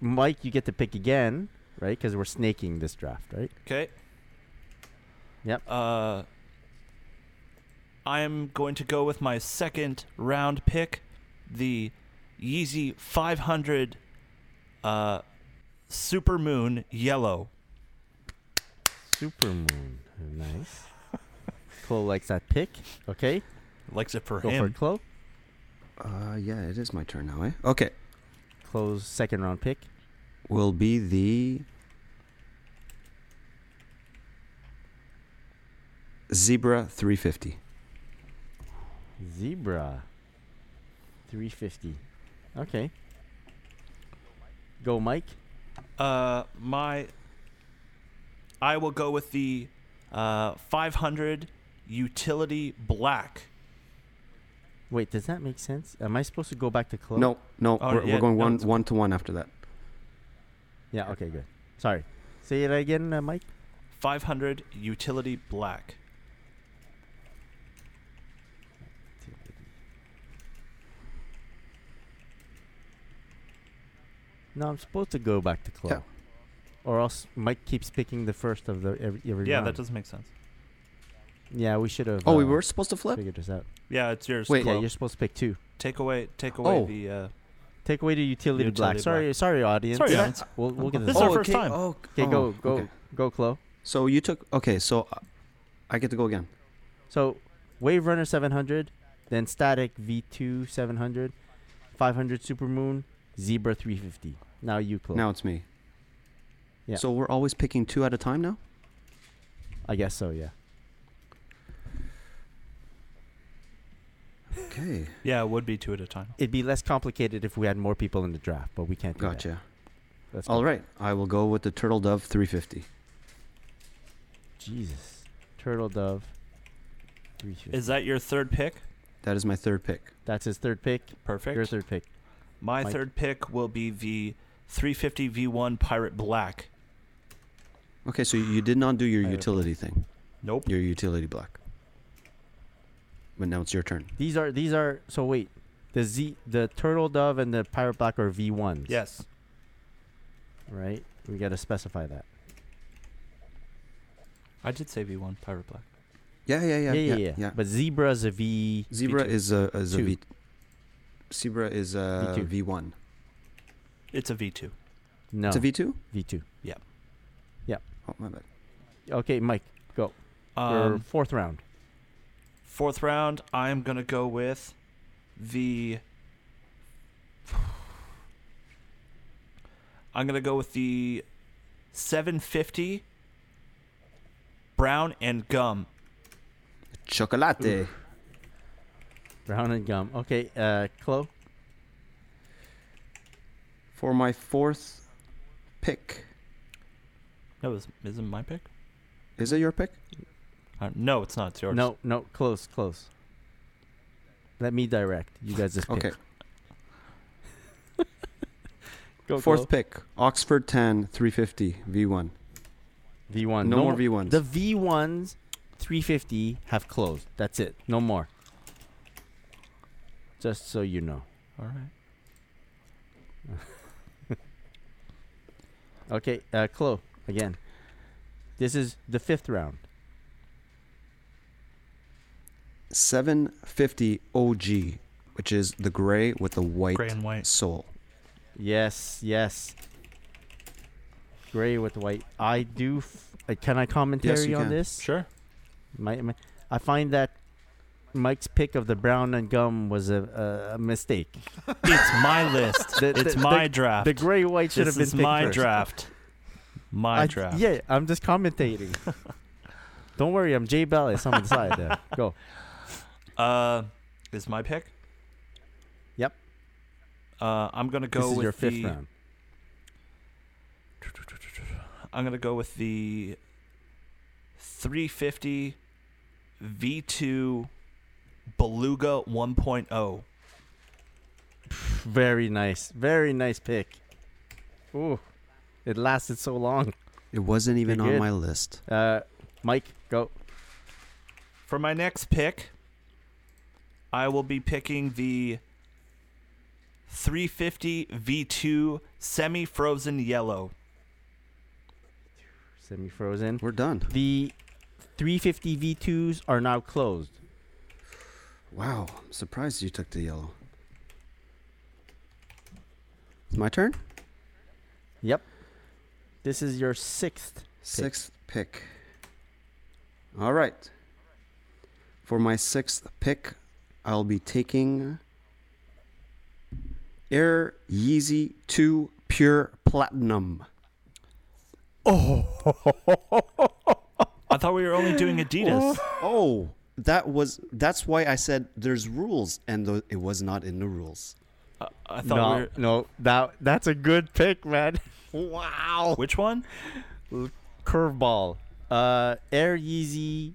Mike, you get to pick again, right? Because we're snaking this draft, right? Okay. Yep. Uh, I'm going to go with my second round pick, the Yeezy 500 uh, Supermoon Yellow. Supermoon. Nice. Chloe likes that pick. Okay. Likes it for Go for him. it, Chloe. Uh, yeah, it is my turn now, eh? Okay. Chloe's second round pick. Will be the Zebra 350. Zebra. 350. Okay. Go, Mike. Uh, my, I will go with the uh, 500 Utility Black. Wait, does that make sense? Am I supposed to go back to Chloe? No, no, Oh, we're, yeah, we're going no, one it's okay. one to one after that. Yeah, okay, good. Sorry. Say it again, uh, Mike. 500 Utility Black. No, I'm supposed to go back to Chloe. Yeah. Or else Mike keeps picking the first of the every, every Yeah, round. that doesn't make sense. Yeah, we should have. Oh, we uh, were supposed to flip? Figured this out. Yeah, it's yours. Wait, Chloe. Yeah, you're supposed to pick two. take away, take away Oh. the. Uh, Take away the utility, Utility black. Sorry, black. sorry, audience. Sorry, audience. We'll, we'll get This this. is our Oh, first time. Oh, okay, go, go, okay. go, Chloe. So you took. Okay, so uh, I get to go again. So, Wave Runner 700, then Static V2 700, 500 Supermoon, Zebra 350. Now you, Chloe. Now it's me. Yeah. So we're always picking two at a time now? I guess so. Yeah. Okay. yeah, it would be two at a time. It'd be less complicated if we had more people in the draft, but we can't. Do Gotcha. That. That's All right. I will go with the Turtle Dove 350. Jesus. Turtle Dove. 350. Is that your third pick? That is my third pick. That's his third pick. Perfect. Your third pick. My Mike. third pick will be the 350 V1 Pirate Black. Okay, so you did not do your I- utility thing, Nope. your utility block. But now it's your turn. These are these are so wait. The Z the Turtle Dove and the Pirate Black are V ones. Yes. Right? We gotta specify that. I did say V1 Pirate Black. Yeah, yeah, yeah, yeah, yeah. But Zebra's a V Zebra V2. is a is a Two. V. Zebra is a V2. V one. It's a V2. no It's a V two. V two. Oh my bad. Okay, Mike, go. Your Um, fourth round. fourth round, I'm going to go with the. I'm going to go with the 750 Brown and Gum. Chocolate. Brown and gum. Okay, uh Chloe. For my fourth pick, That was isn't my pick. is it your pick? Uh, no, it's not. It's yours. No, no, close, close. Let me direct. You guys just pick. Okay. Go, Fourth pick, Oxford tan 350 V one. V one. No more V1s. Uh, The V ones, three fifty have closed. That's it. No more. Just so you know. All right. Okay, uh, Chloe again. This is the fifth round. 750 OG, which is the gray with the white Gray and white. sole. Yes, yes. Gray with white. I do. F- uh, can I commentary you on can. this? Sure. My, my, I find that Mike's pick of the brown and gum was a, a, a mistake. It's my list. The- it's the- my the- draft. The gray white should this have been is picked my first. draft. My I- draft. Yeah, I'm just commentating. Don't worry, I'm Jay Bellis. I'm on the side there. Go. Uh, is my pick? Yep. Uh, I'm gonna go this is with your fifth the. round. I'm gonna go with the. 350 V2 Beluga oh. 1.0. Very nice. Very nice pick. Ooh. It lasted so long. It wasn't even good. on my list. Uh, Mike, go. For my next pick, I will be picking the 350 V2 semi frozen yellow. Semi frozen. We're done. The 350 V2s are now closed. Wow, I'm surprised you took the yellow. It's my turn? Yep. This is your sixth. Sixth pick. All right. For my sixth pick, I'll be taking Air Yeezy 2 Pure Platinum. I thought we were only doing Adidas. Oh, that was that's why I said there's rules and tho- it was not in the rules. I thought we No, were. no, that that's a good pick, man. wow. Which one? Curveball. Uh, Air Yeezy,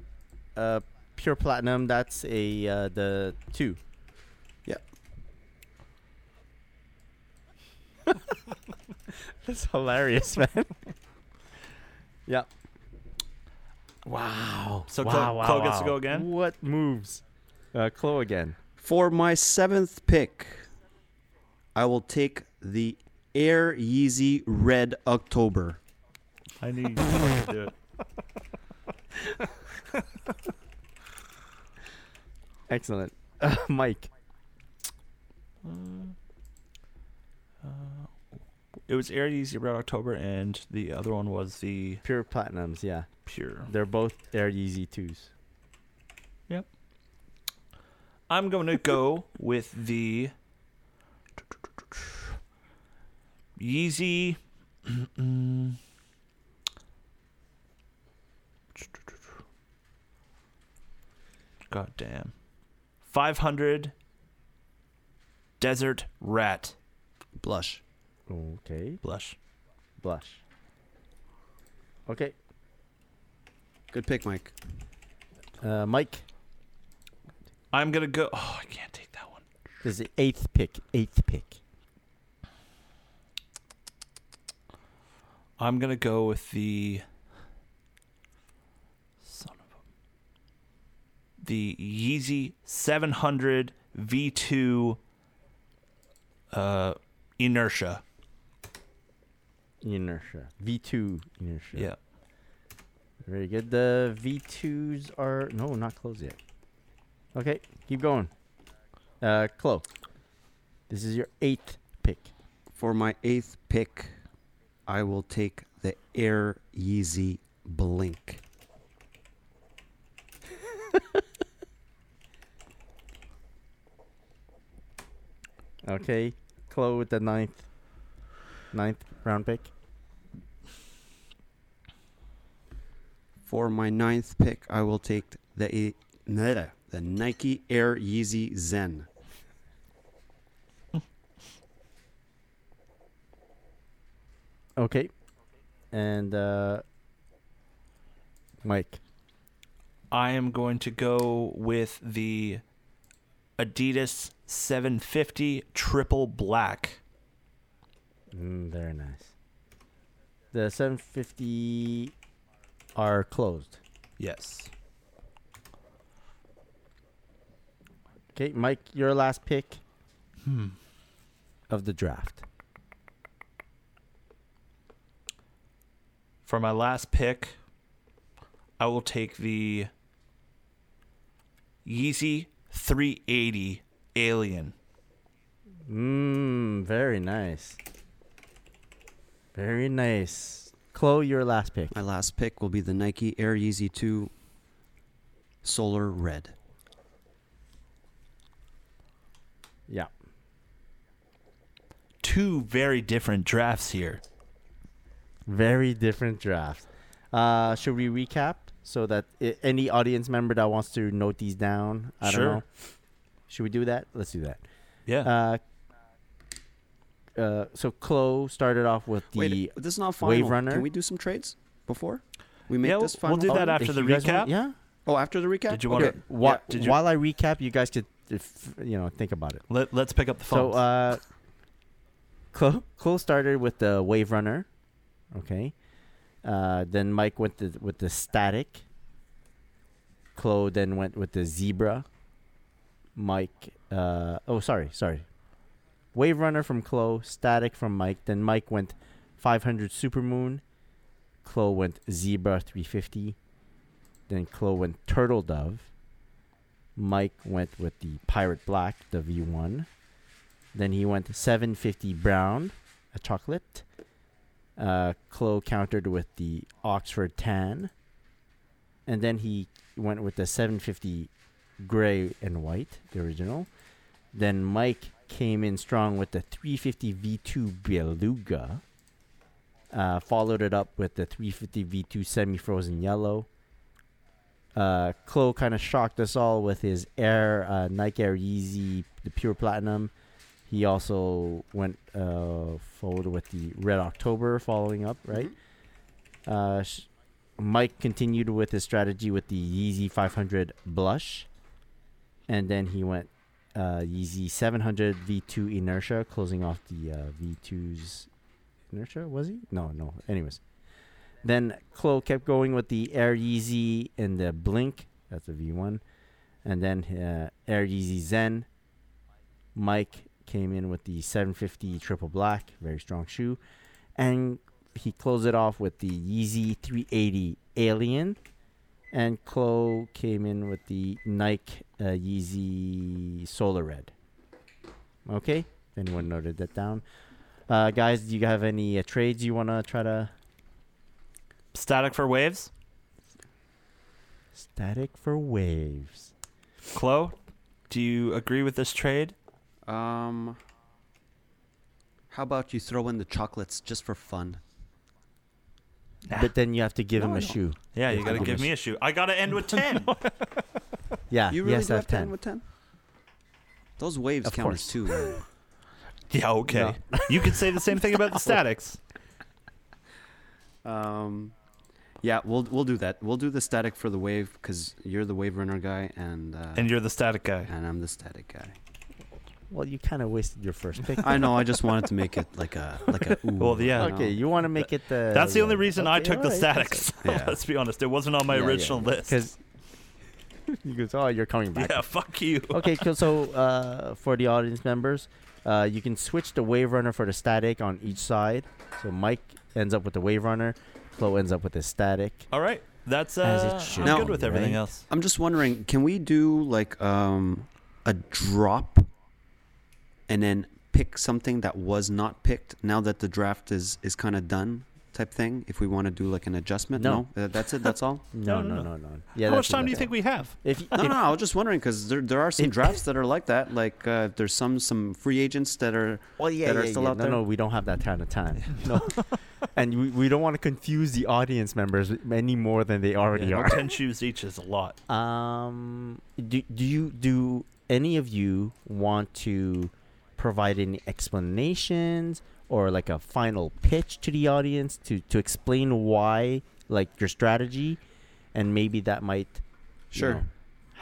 uh, pure platinum. That's a uh, the two. Yeah. That's hilarious, man. yeah. So Wow, Chloe wow, gets to wow. go again. What moves? Uh, Chloe again. For my seventh pick, I will take the Air Yeezy Red October. I knew you could do it. Excellent. Mike. It was Air Yeezy Red October, and the other one was the Pure platinums. Yeah. Pure. They're both Air Yeezy twos. I'm going to go with the Yeezy. God damn. 500 Desert Rat Blush. Okay. Blush. Blush. Okay. Good pick, Mike. Uh, Mike. I'm going to go. Oh, I can't take that one. This is the eighth pick. Eighth pick. I'm going to go with the. Son of a. The Yeezy 700 V2 uh, Inertia. Inertia. V2 inertia. Yeah. Very good. The V2s are no, not closed yet. Okay, keep going. Uh, Chloe. This is your eighth pick. For my eighth pick, I will take the Air Yeezy Blink. Okay, Chloe with the ninth, ninth round pick. For my ninth pick, I will take the A- nada, the Nike Air Yeezy Zen. Okay, and uh, Mike. I am going to go with the Adidas 750 triple black. Mm, very nice. The 750 are closed. Yes. Okay, Mike, your last pick Hmm. of the draft. For my last pick, I will take the Yeezy 380 Alien. Mmm, very nice. Very nice. Chloe, your last pick. My last pick will be the Nike Air Yeezy 2 Solar Red. Yeah. Two very different drafts here. Very different draft. Uh, should we recap so that i- any audience member that wants to note these down? I Sure. don't know. Should we do that? Let's do that. Yeah. Uh, uh, so Chloe started off with the. Wait, this is not final. Wave Runner? Can we do some trades before we make Yeah, this we'll- final? we'll do that Oh, after if the you guys recap? want- yeah. Oh, after the recap. Did you want to? Whi- did you, While I recap, you guys could, if, you know, think about it. let, us pick up the phone. So, uh, Chloe, Chloe started with the Wave Runner. Okay. Uh, then Mike went the, with the Static. Chloe then went with the Zebra. Mike, uh, oh, sorry, sorry. Wave Runner from Chloe, Static from Mike. Then Mike went 500 Supermoon. Chloe went Zebra 350. Then Chloe went Turtle Dove. Mike went with the Pirate Black, the V1. Then he went 750 Brown, a chocolate. Uh, Chloe countered with the Oxford Tan. And then he went with the 750 Gray and White, the original. Then Mike came in strong with the 350 V2 Beluga. Uh, followed it up with the 350 V2 Semi Frozen Yellow uh, Chloe kind of shocked us all with his Air uh, Nike Air Yeezy, the pure platinum. He also went uh, forward with the Red October, following up right. Uh, sh- Mike continued with his strategy with the Yeezy 500 blush, and then he went uh, Yeezy 700 V2 inertia, closing off the uh, V2's inertia. Was he? No, no. Anyways, then Chloe kept going with the Air Yeezy and the Blink. That's a V1. And then uh, Air Yeezy Zen. Mike came in with the 750 Triple Black, very strong shoe. And he closed it off with the Yeezy 380 Alien. And Chloe came in with the Nike uh, Yeezy Solar Red. Okay? If anyone noted that down. Uh, guys, do you have any uh, trades you want to try to Static for waves. Static for waves. Chloe, do you agree with this trade? Um, How about you throw in the chocolates just for fun? But then you have to give him a shoe. Yeah, you Ah. I gotta think give it's- me a shoe. I gotta end with ten. Yeah, You really yes, do I have have to end 10. with ten. Those waves Of count as course. two. Man. yeah, okay. You could say the same thing about the statics. Um, yeah, we'll we'll do that. We'll do the static for the wave because you're the wave runner guy and uh, And you're the static guy. and I'm the static guy. Well, you kind of wasted your first pick. I know. I just wanted to make it like a like a. Ooh, Well, yeah. you know? okay, you want to make it the. That's the only reason I okay, took the alright, statics. Yeah. Let's be honest. It wasn't on my Yeah, yeah, original yeah. list. 'Cause- You goes, oh, you're coming back. Yeah, fuck you. okay, cool. so uh, for the audience members, uh, you can switch the Wave Runner for the static on each side. So Mike ends up with the Wave Runner, Flo ends up with the static. All right. That's As it uh, I'm should good be, with everything right? else. I'm just wondering, can we do like um a drop and then pick something that was not picked now that the draft is is kind of done type thing if we want to do like an adjustment? No. Uh, that's it. That's all. No, No, no, no, no, no. Yeah, How that's much what time do you that- think we have? If, No, if- no, I was just wondering because there there are some If- drafts that are like that. Like uh, there's some some free agents that are Well, yeah, that are yeah, still yeah. out no, there? no, we don't have that kind of time. No, and we, we don't want to confuse the audience members any more than they already Yeah, are. no, ten shoes each is a lot. Um, do do you do any of you want to provide any explanations or like a final pitch to the audience to to explain why like your strategy, and maybe that might you Sure. know,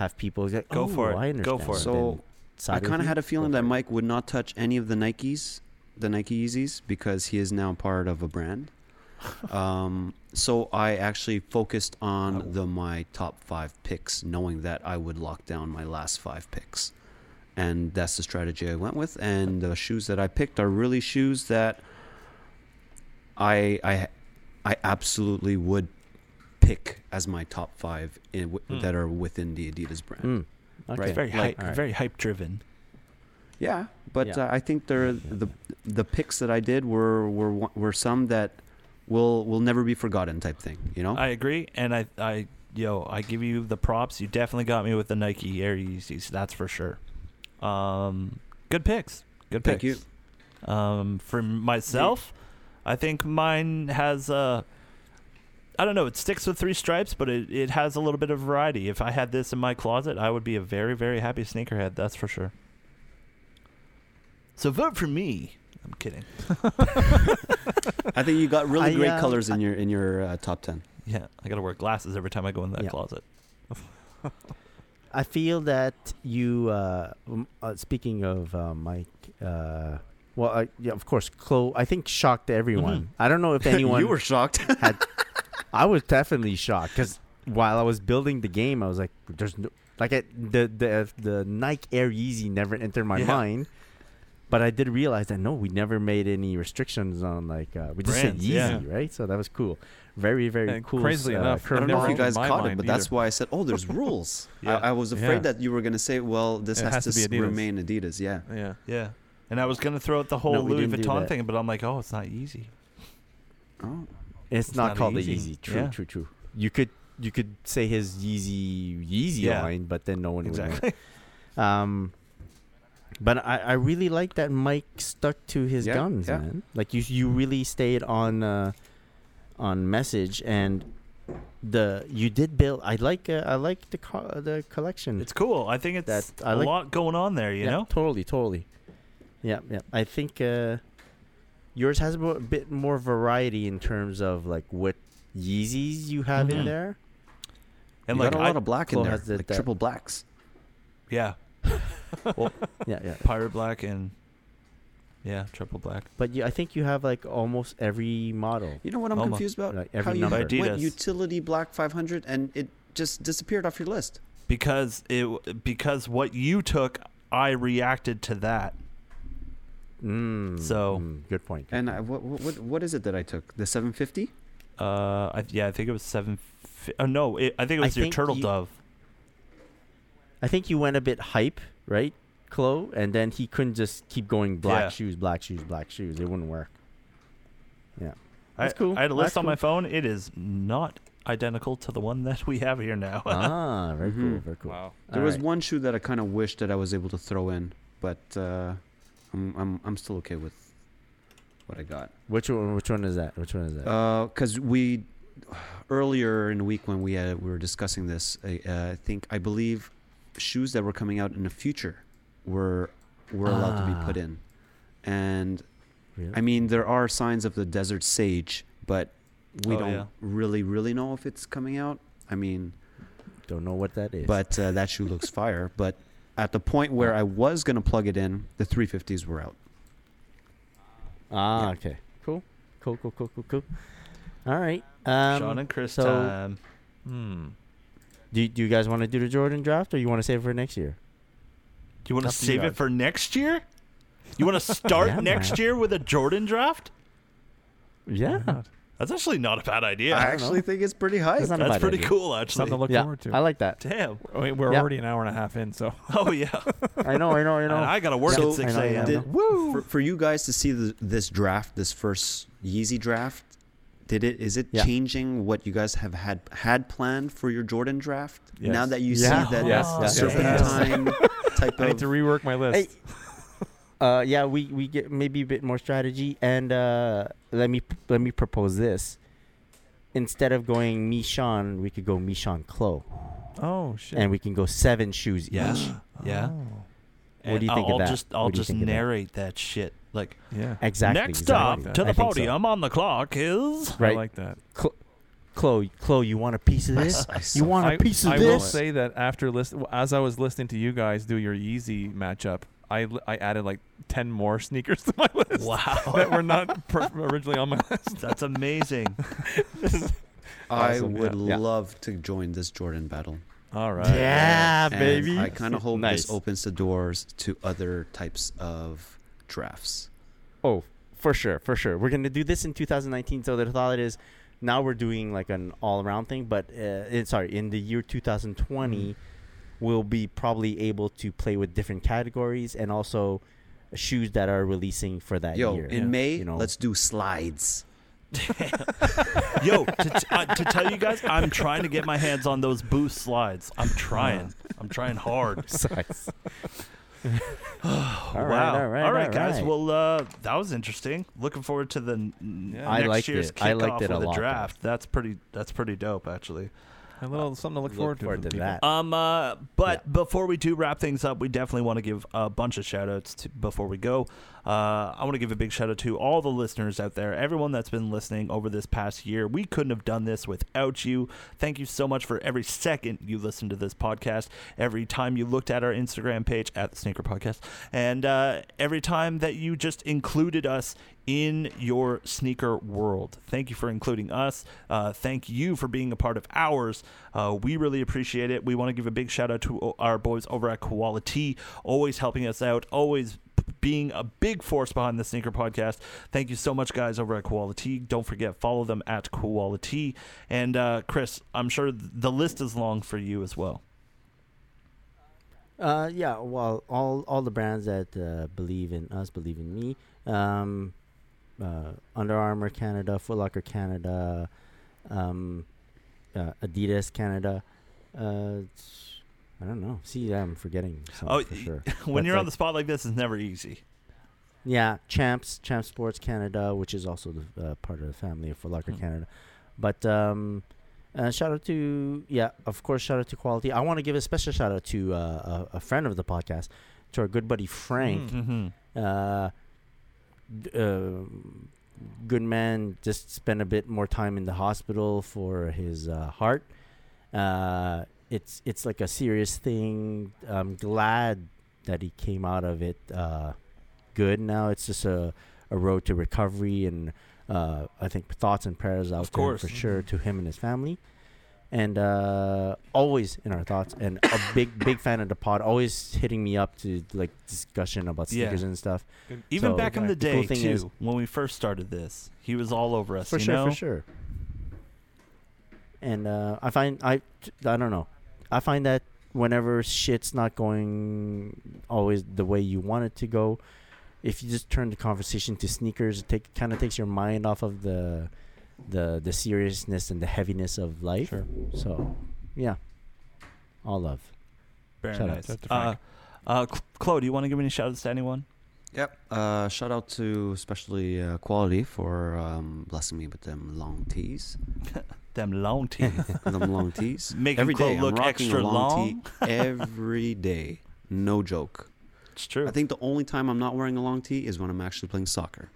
have people like, Go "Oh, for it. I Go understand." for it. So, I kind of had a feeling that Mike would not touch any of the Nikes, the Nike Yeezys, because he is now part of a brand. um, so I actually focused on the my top five picks, knowing that I would lock down my last five picks, and that's the strategy I went with. And the shoes that I picked are really shoes that I I I absolutely would pick as my top five in, w- Hmm. that are within the Adidas brand. Mm, Right. okay. Very Like- hype, very hype driven. Yeah, but Yeah. Uh, I think there the the picks that I did were were one- were some that will will never be forgotten type thing. You know. I agree, and I, I, yo, I give you the props. You definitely got me with the Nike Air Yeezys. That's for sure. Um, good picks. Good Thank picks. you. Um, for myself, I think mine has uh I don't know. It sticks with three stripes, but it, it has a little bit of variety. If I had this in my closet, I would be a very very happy sneakerhead. That's for sure. So vote for me. I'm kidding. I think you got really I, great uh, colors in your in your uh, top ten. Yeah, I gotta wear glasses every time I go in that Yeah. closet. I feel that you. Uh, m- uh, speaking of uh, Mike, uh, well, uh, yeah, of course, Chloe. I think shocked everyone. I don't know if anyone. you were shocked. had, I was definitely shocked because while I was building the game, I was like, uh, "There's no like I, the the the Nike Air Yeezy never entered my Yeah. mind." But I did realize that no, we never made any restrictions on like uh, we just Brands, said Yeezy, yeah. right? So that was cool. Very very And cool. crazily uh, enough, I don't know Never if you entered guys my caught it, mind but that's either. why I said, "Oh, there's rules." Yeah. I, I was afraid Yeah. that you were gonna say, "Well, this It has, has to, to s- be Adidas. remain Adidas." Yeah. Yeah. Yeah. And I was gonna throw out the whole No, we Louis didn't do Vuitton that. thing, but I'm like, oh, it's not easy. Oh. It's, It's not, not called the Yeezy. Yeezy. True, Yeah. true, true. You could you could say his Yeezy Yeezy Yeah. line, but then no one would. Exactly. Know. Um, but I, I really like that Mike stuck to his Yeah, guns, yeah. man. Like you you really stayed on uh, on message and the you did build. I like uh, I like the co- the collection. it's cool. I think it's That's- I a like- lot going on there. You yeah, know. totally, totally. Yeah, yeah. I think uh, yours has a mo- bit more variety in terms of like what Yeezys you have Mhm. in there. And you like, got a I- lot of black in Flo there, has the- like that- triple blacks. yeah, Yeah, yeah. pirate black and yeah, triple black. But you, I think you have like almost every model. You know what I'm Almost. confused about? Like How every you number. went Adidas. utility black 500 and it just disappeared off your list. because it because what you took i reacted to that Mm, So- mm, good point. And I, what, what what- what is it that I took? The 750? uh I, yeah i think it was seven fi- oh, no it, i think it I was your think turtle you- dove I think you went a bit hype, right, Chloe? And then he couldn't just keep going black Yeah. shoes, black shoes, black shoes. It wouldn't work. Yeah, I, that's cool. I had a That's list on my cool. phone it is not identical to the one that we have here now ah, very cool, Mm-hmm. Mhm. very cool. Wow. There All was right. one shoe that I kind of wished that I was able to throw in, but uh, I'm, I'm I'm still okay with what I got. Which one? Which one is that? Which one is Uh, that? Because we earlier in the week when we uh, we were discussing this, I, uh, I think I believe shoes that were coming out in the future were were allowed to be Ah. put in, and Really? I mean there are signs of the desert sage, but we Oh, don't yeah. really really know if it's coming out. I mean, Don't know what that is. but uh, that shoe looks fire. But at the point where I was gonna plug it in, the 350s were out. ah, yeah. okay, cool, cool, cool, cool, cool, cool. All right. Um, sean and chris uh, so- time Hmm. do, do you guys want to do the Jordan draft, or you want to save it for next year? do you want to up to you save it guys. for next year you want to start Yeah, next man. year with a jordan draft Yeah, that's actually not a bad idea I actually think it's pretty high. That's not a that's bad pretty idea. cool actually Something to look yeah, forward to. I like that. damn I mean, we're Yeah. already an hour and a half in, so oh yeah I know, I know, I and know. i gotta work So- at 6 I know, I a.m know. Did- For, for you guys to see the, this draft, this first Yeezy draft, did it? Is it Yeah. changing what you guys have had had planned for your Jordan draft? Yes. Now that you Yeah. see that Yes, the yes, serpentine type I need to Oh. of rework my list. Hey. Uh, yeah, we, we get maybe a bit more strategy, and uh, let me let me propose this. Instead of going Mishan, we could go Mishan Klo, Oh shit. and we can go seven shoes yeah each. yeah Oh. What do you I'll, think of I'll that? just I'll What do you just think of that? narrate that? shit. Like Yeah. Exactly. next exactly. up to the I think so. podium on the clock is I Right. like that. Chloe, Chloe, you want a piece of this? I s- You want a I- piece of I will this? say that after list, w- as I was listening to you guys do your Yeezy matchup, I, l- I added like ten more sneakers to my list that wow. were not per- originally on my list. That's amazing. I Awesome, would yeah. Yeah. love to join this Jordan battle. All right. yeah, And baby. I kind of hope nice. this opens the doors to other types of drafts. Oh, for sure, for sure. We're gonna do this in 2019. So the thought is, now we're doing like an all-around thing. But uh, in, sorry, in the year 2020, we'll be probably able to play with different categories and also shoes that are releasing for that Yo, year. in May, you know. let's do slides. Yo, to, t- uh, to tell you guys, I'm trying to get my hands on those booth slides. I'm trying. I'm trying hard. Sucks. all right, wow. all right, all right, guys. right. Well, uh, that was interesting. Looking forward to the n- Yeah. I next liked year's it. kickoff I liked it a of the lot, though. draft. That's pretty. That's pretty dope, actually. A little something to look, Look forward to. forward for to people. that. Um, uh, but before we do wrap things up, we definitely want to give a bunch of shout outs to, before we go. Uh, I want to give a big shout out to all the listeners out there, everyone that's been listening over this past year. We couldn't have done this without you. Thank you so much for every second you listened to this podcast, every time you looked at our Instagram page at the Sneaker Podcast, and uh, every time that you just included us in your sneaker world. Thank you for including us. Uh, thank you for being a part of ours. Uh, we really appreciate it. We want to give a big shout out to o- our boys over at Koala Tea, always helping us out, always p- being a big force behind the Sneaker Podcast. Thank you so much, guys, over at Koala Tea. Don't forget, follow them at Koala Tea. And uh, Chris, I'm sure th- the list is long for you as well. Uh, yeah, well, all all the brands that uh, believe in us believe in me. Um, uh, Under Armour Canada, Foot Locker Canada, um, uh, Adidas Canada. Uh, it's- I don't know. See, I'm forgetting some Oh, for sure. when That's you're on like- the spot like this, it's never easy. Yeah, Champs, Champs Sports Canada, which is also the uh, part of the family of Foot Locker Hmm. Canada. But um, uh, shout out to yeah, of course, shout out to Quality. I want to give a special shout out to uh, a, a friend of the podcast, to our good buddy Frank. Mm-hmm. Uh, d- uh, good man just spent a bit more time in the hospital for his uh, heart. Uh, it's it's like a serious thing. I'm glad that he came out of it uh, good. Now it's just a a road to recovery, and uh, I think thoughts and prayers out to him course. Mm-hmm. for sure to him and his family. And uh, always in our thoughts, and a big, big fan of the pod. Always hitting me up to like discussion about Yeah. sneakers and stuff. Even So, back in okay. the The day, cool thing too, is- when we first started this, he was all over us. for you sure, know? for sure. And uh, I find I I don't know, I find that whenever shit's not going always the way you want it to go, if you just turn the conversation to sneakers, it take kind of takes your mind off of the the the seriousness and the heaviness of life. Sure. So, yeah, all love. Very Shout out. nice. Shout out to Uh, Frank. uh, Cl- Chloe, do you want to give any shout outs to anyone? Yep. Uh, shout out to especially uh, Quality for um, blessing me with them long tees. Them long teeth. them long tees. Making every Chloe day, I'm look rocking extra a long, long. tee every day. No joke. it's true. I think the only time I'm not wearing a long tee is when I'm actually playing soccer.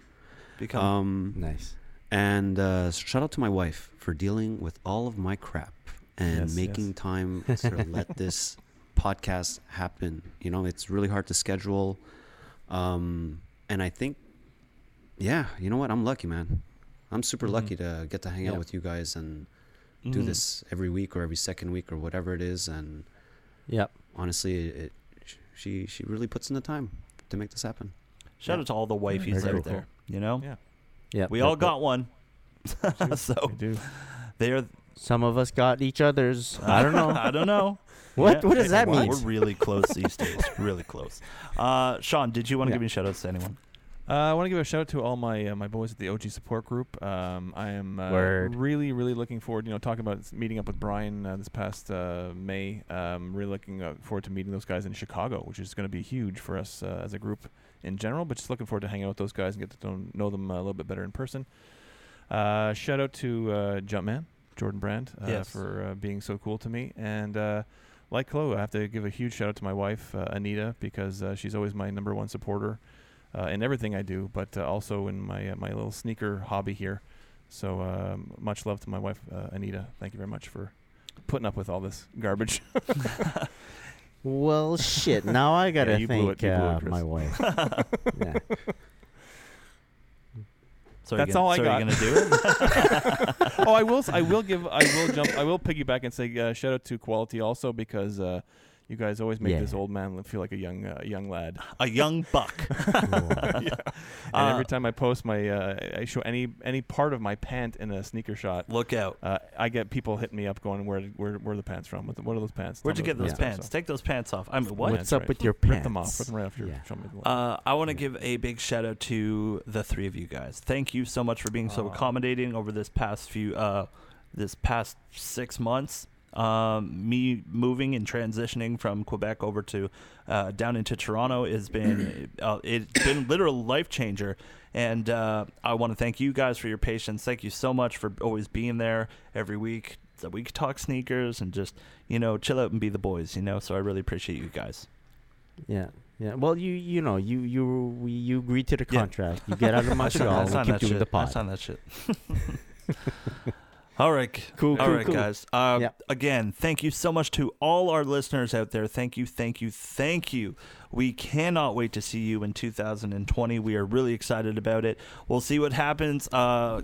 Become Um, Nice. And uh, shout out to my wife for dealing with all of my crap and Yes, making yes. time to let this podcast happen. You know, it's really hard to schedule. Um, and I think, yeah, you know what? I'm lucky, man. I'm super Mm-hmm. lucky to get to hang out Yeah. with you guys and Uh, do Mhm. this every week or every second week or whatever it is. And Yep. honestly, it, sh she she really puts in the time to make this happen. Shout out to all the wifeies Very out there. You know, Yeah, Yeah. we that- all that- got one. we so do. they're. Some of us got each other's. I don't know. I don't know. What? Yeah. What does that Wow, mean? We're really close these days. Really close. Uh, Sean, did you want to Yeah. give any shout outs to anyone? Uh, I want to give a shout out to all my uh, my boys at the OG support group. Um, I am uh, Word. really really looking forward. You know, talking about s- meeting up with Brian uh, this past uh, May. Um, really looking uh, forward to meeting those guys in Chicago, which is going to be huge for us uh, as a group in general. But just looking forward to hanging out with those guys and get to know, know them a little bit better in person. Uh, shout out to uh, Jumpman Jordan Brand uh, Yes. for uh, being so cool to me and. Uh, like Chloe, I have to give a huge shout out to my wife, uh, Anita, because uh, she's always my number one supporter uh, in everything I do, but uh, also in my uh, my little sneaker hobby here. So um, much love to my wife, uh, Anita. Thank you very much for putting up with all this garbage. Well, shit. Now I gotta you blew thank it, you blew it, uh, Chris. my wife. Yeah. So That's you gonna, all I so Are got. you gonna do it? oh, I will s- I will give I will jump I will piggyback and say uh, shout out to Quality also because uh, you guys always make Yeah. this old man feel like a young uh, young lad. A young buck. Yeah. And every time I post my uh, I show any any part of my pant in a sneaker shot. Look out. Uh, I get people hitting me up going, "Where, where, where are the pants from? What, what are those pants? Where'd you Tell me get those where are pants? Take those pants off. I mean, what? What's That's up right. with your So pants? Rip them off. Rip them right off your. Yeah. show me the- Uh, I want to give a big shout out to the three of you guys. Thank you so much for being so Aw. accommodating over this past few, uh, this past six months. Um, me moving and transitioning from Quebec over to uh, down into Toronto has been uh, it's been literal life changer. And uh, I want to thank you guys for your patience. Thank you so much for always being there every week that we could talk sneakers and just you know chill out and be the boys. You know, so I really appreciate you guys. Yeah. Yeah. Well, you you know you you we you agree to the Yeah. contract. You get out of Montreal. That's we not keep that doing shit. the That's pod. not that shit. All right. Cool, All cool, right, cool. guys. Uh, Yeah. Again, thank you so much to all our listeners out there. Thank you, thank you, thank you. We cannot wait to see you in 2020. We are really excited about it. We'll see what happens. Uh,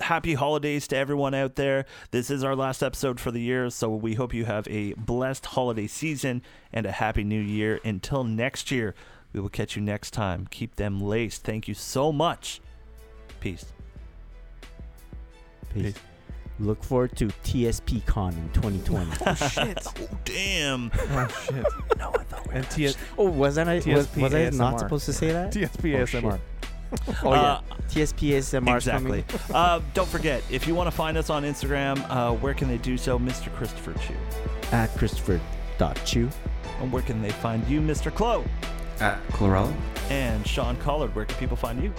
happy holidays to everyone out there. This is our last episode for the year, so we hope you have a blessed holiday season and a happy new year. Until next year, We will catch you next time. Keep them laced. Thank you so much. Peace. Peace. Look forward to TSP Con in 2020. shit. Oh, damn. oh shit. No, I thought we And T- oh, was that I was, TSP was I not ASMR. supposed to say that? TSP Oh, shit. ASMR. Oh yeah, Uh, TSP ASMR is exactly. coming. uh, don't forget, if you want to find us on Instagram, uh, where can they do so, Mr. Christopher Chu? at Christopher dot Chu. And where can they find you, Mr. Clo? At Colorado. And Sean Collard, where can people find you?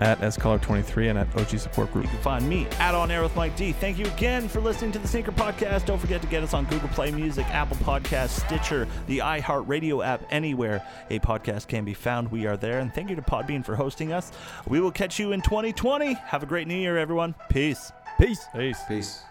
At scollar23 and at OG support group. You can find me at On Air with Mike D. Thank you again for listening to the Sneaker Podcast. Don't forget to get us on Google Play Music, Apple Podcasts, Stitcher, the iHeartRadio app, anywhere a podcast can be found. We are there. And thank you to Podbean for hosting us. We will catch you in 2020. Have a great new year, everyone. Peace. Peace. Peace. Peace.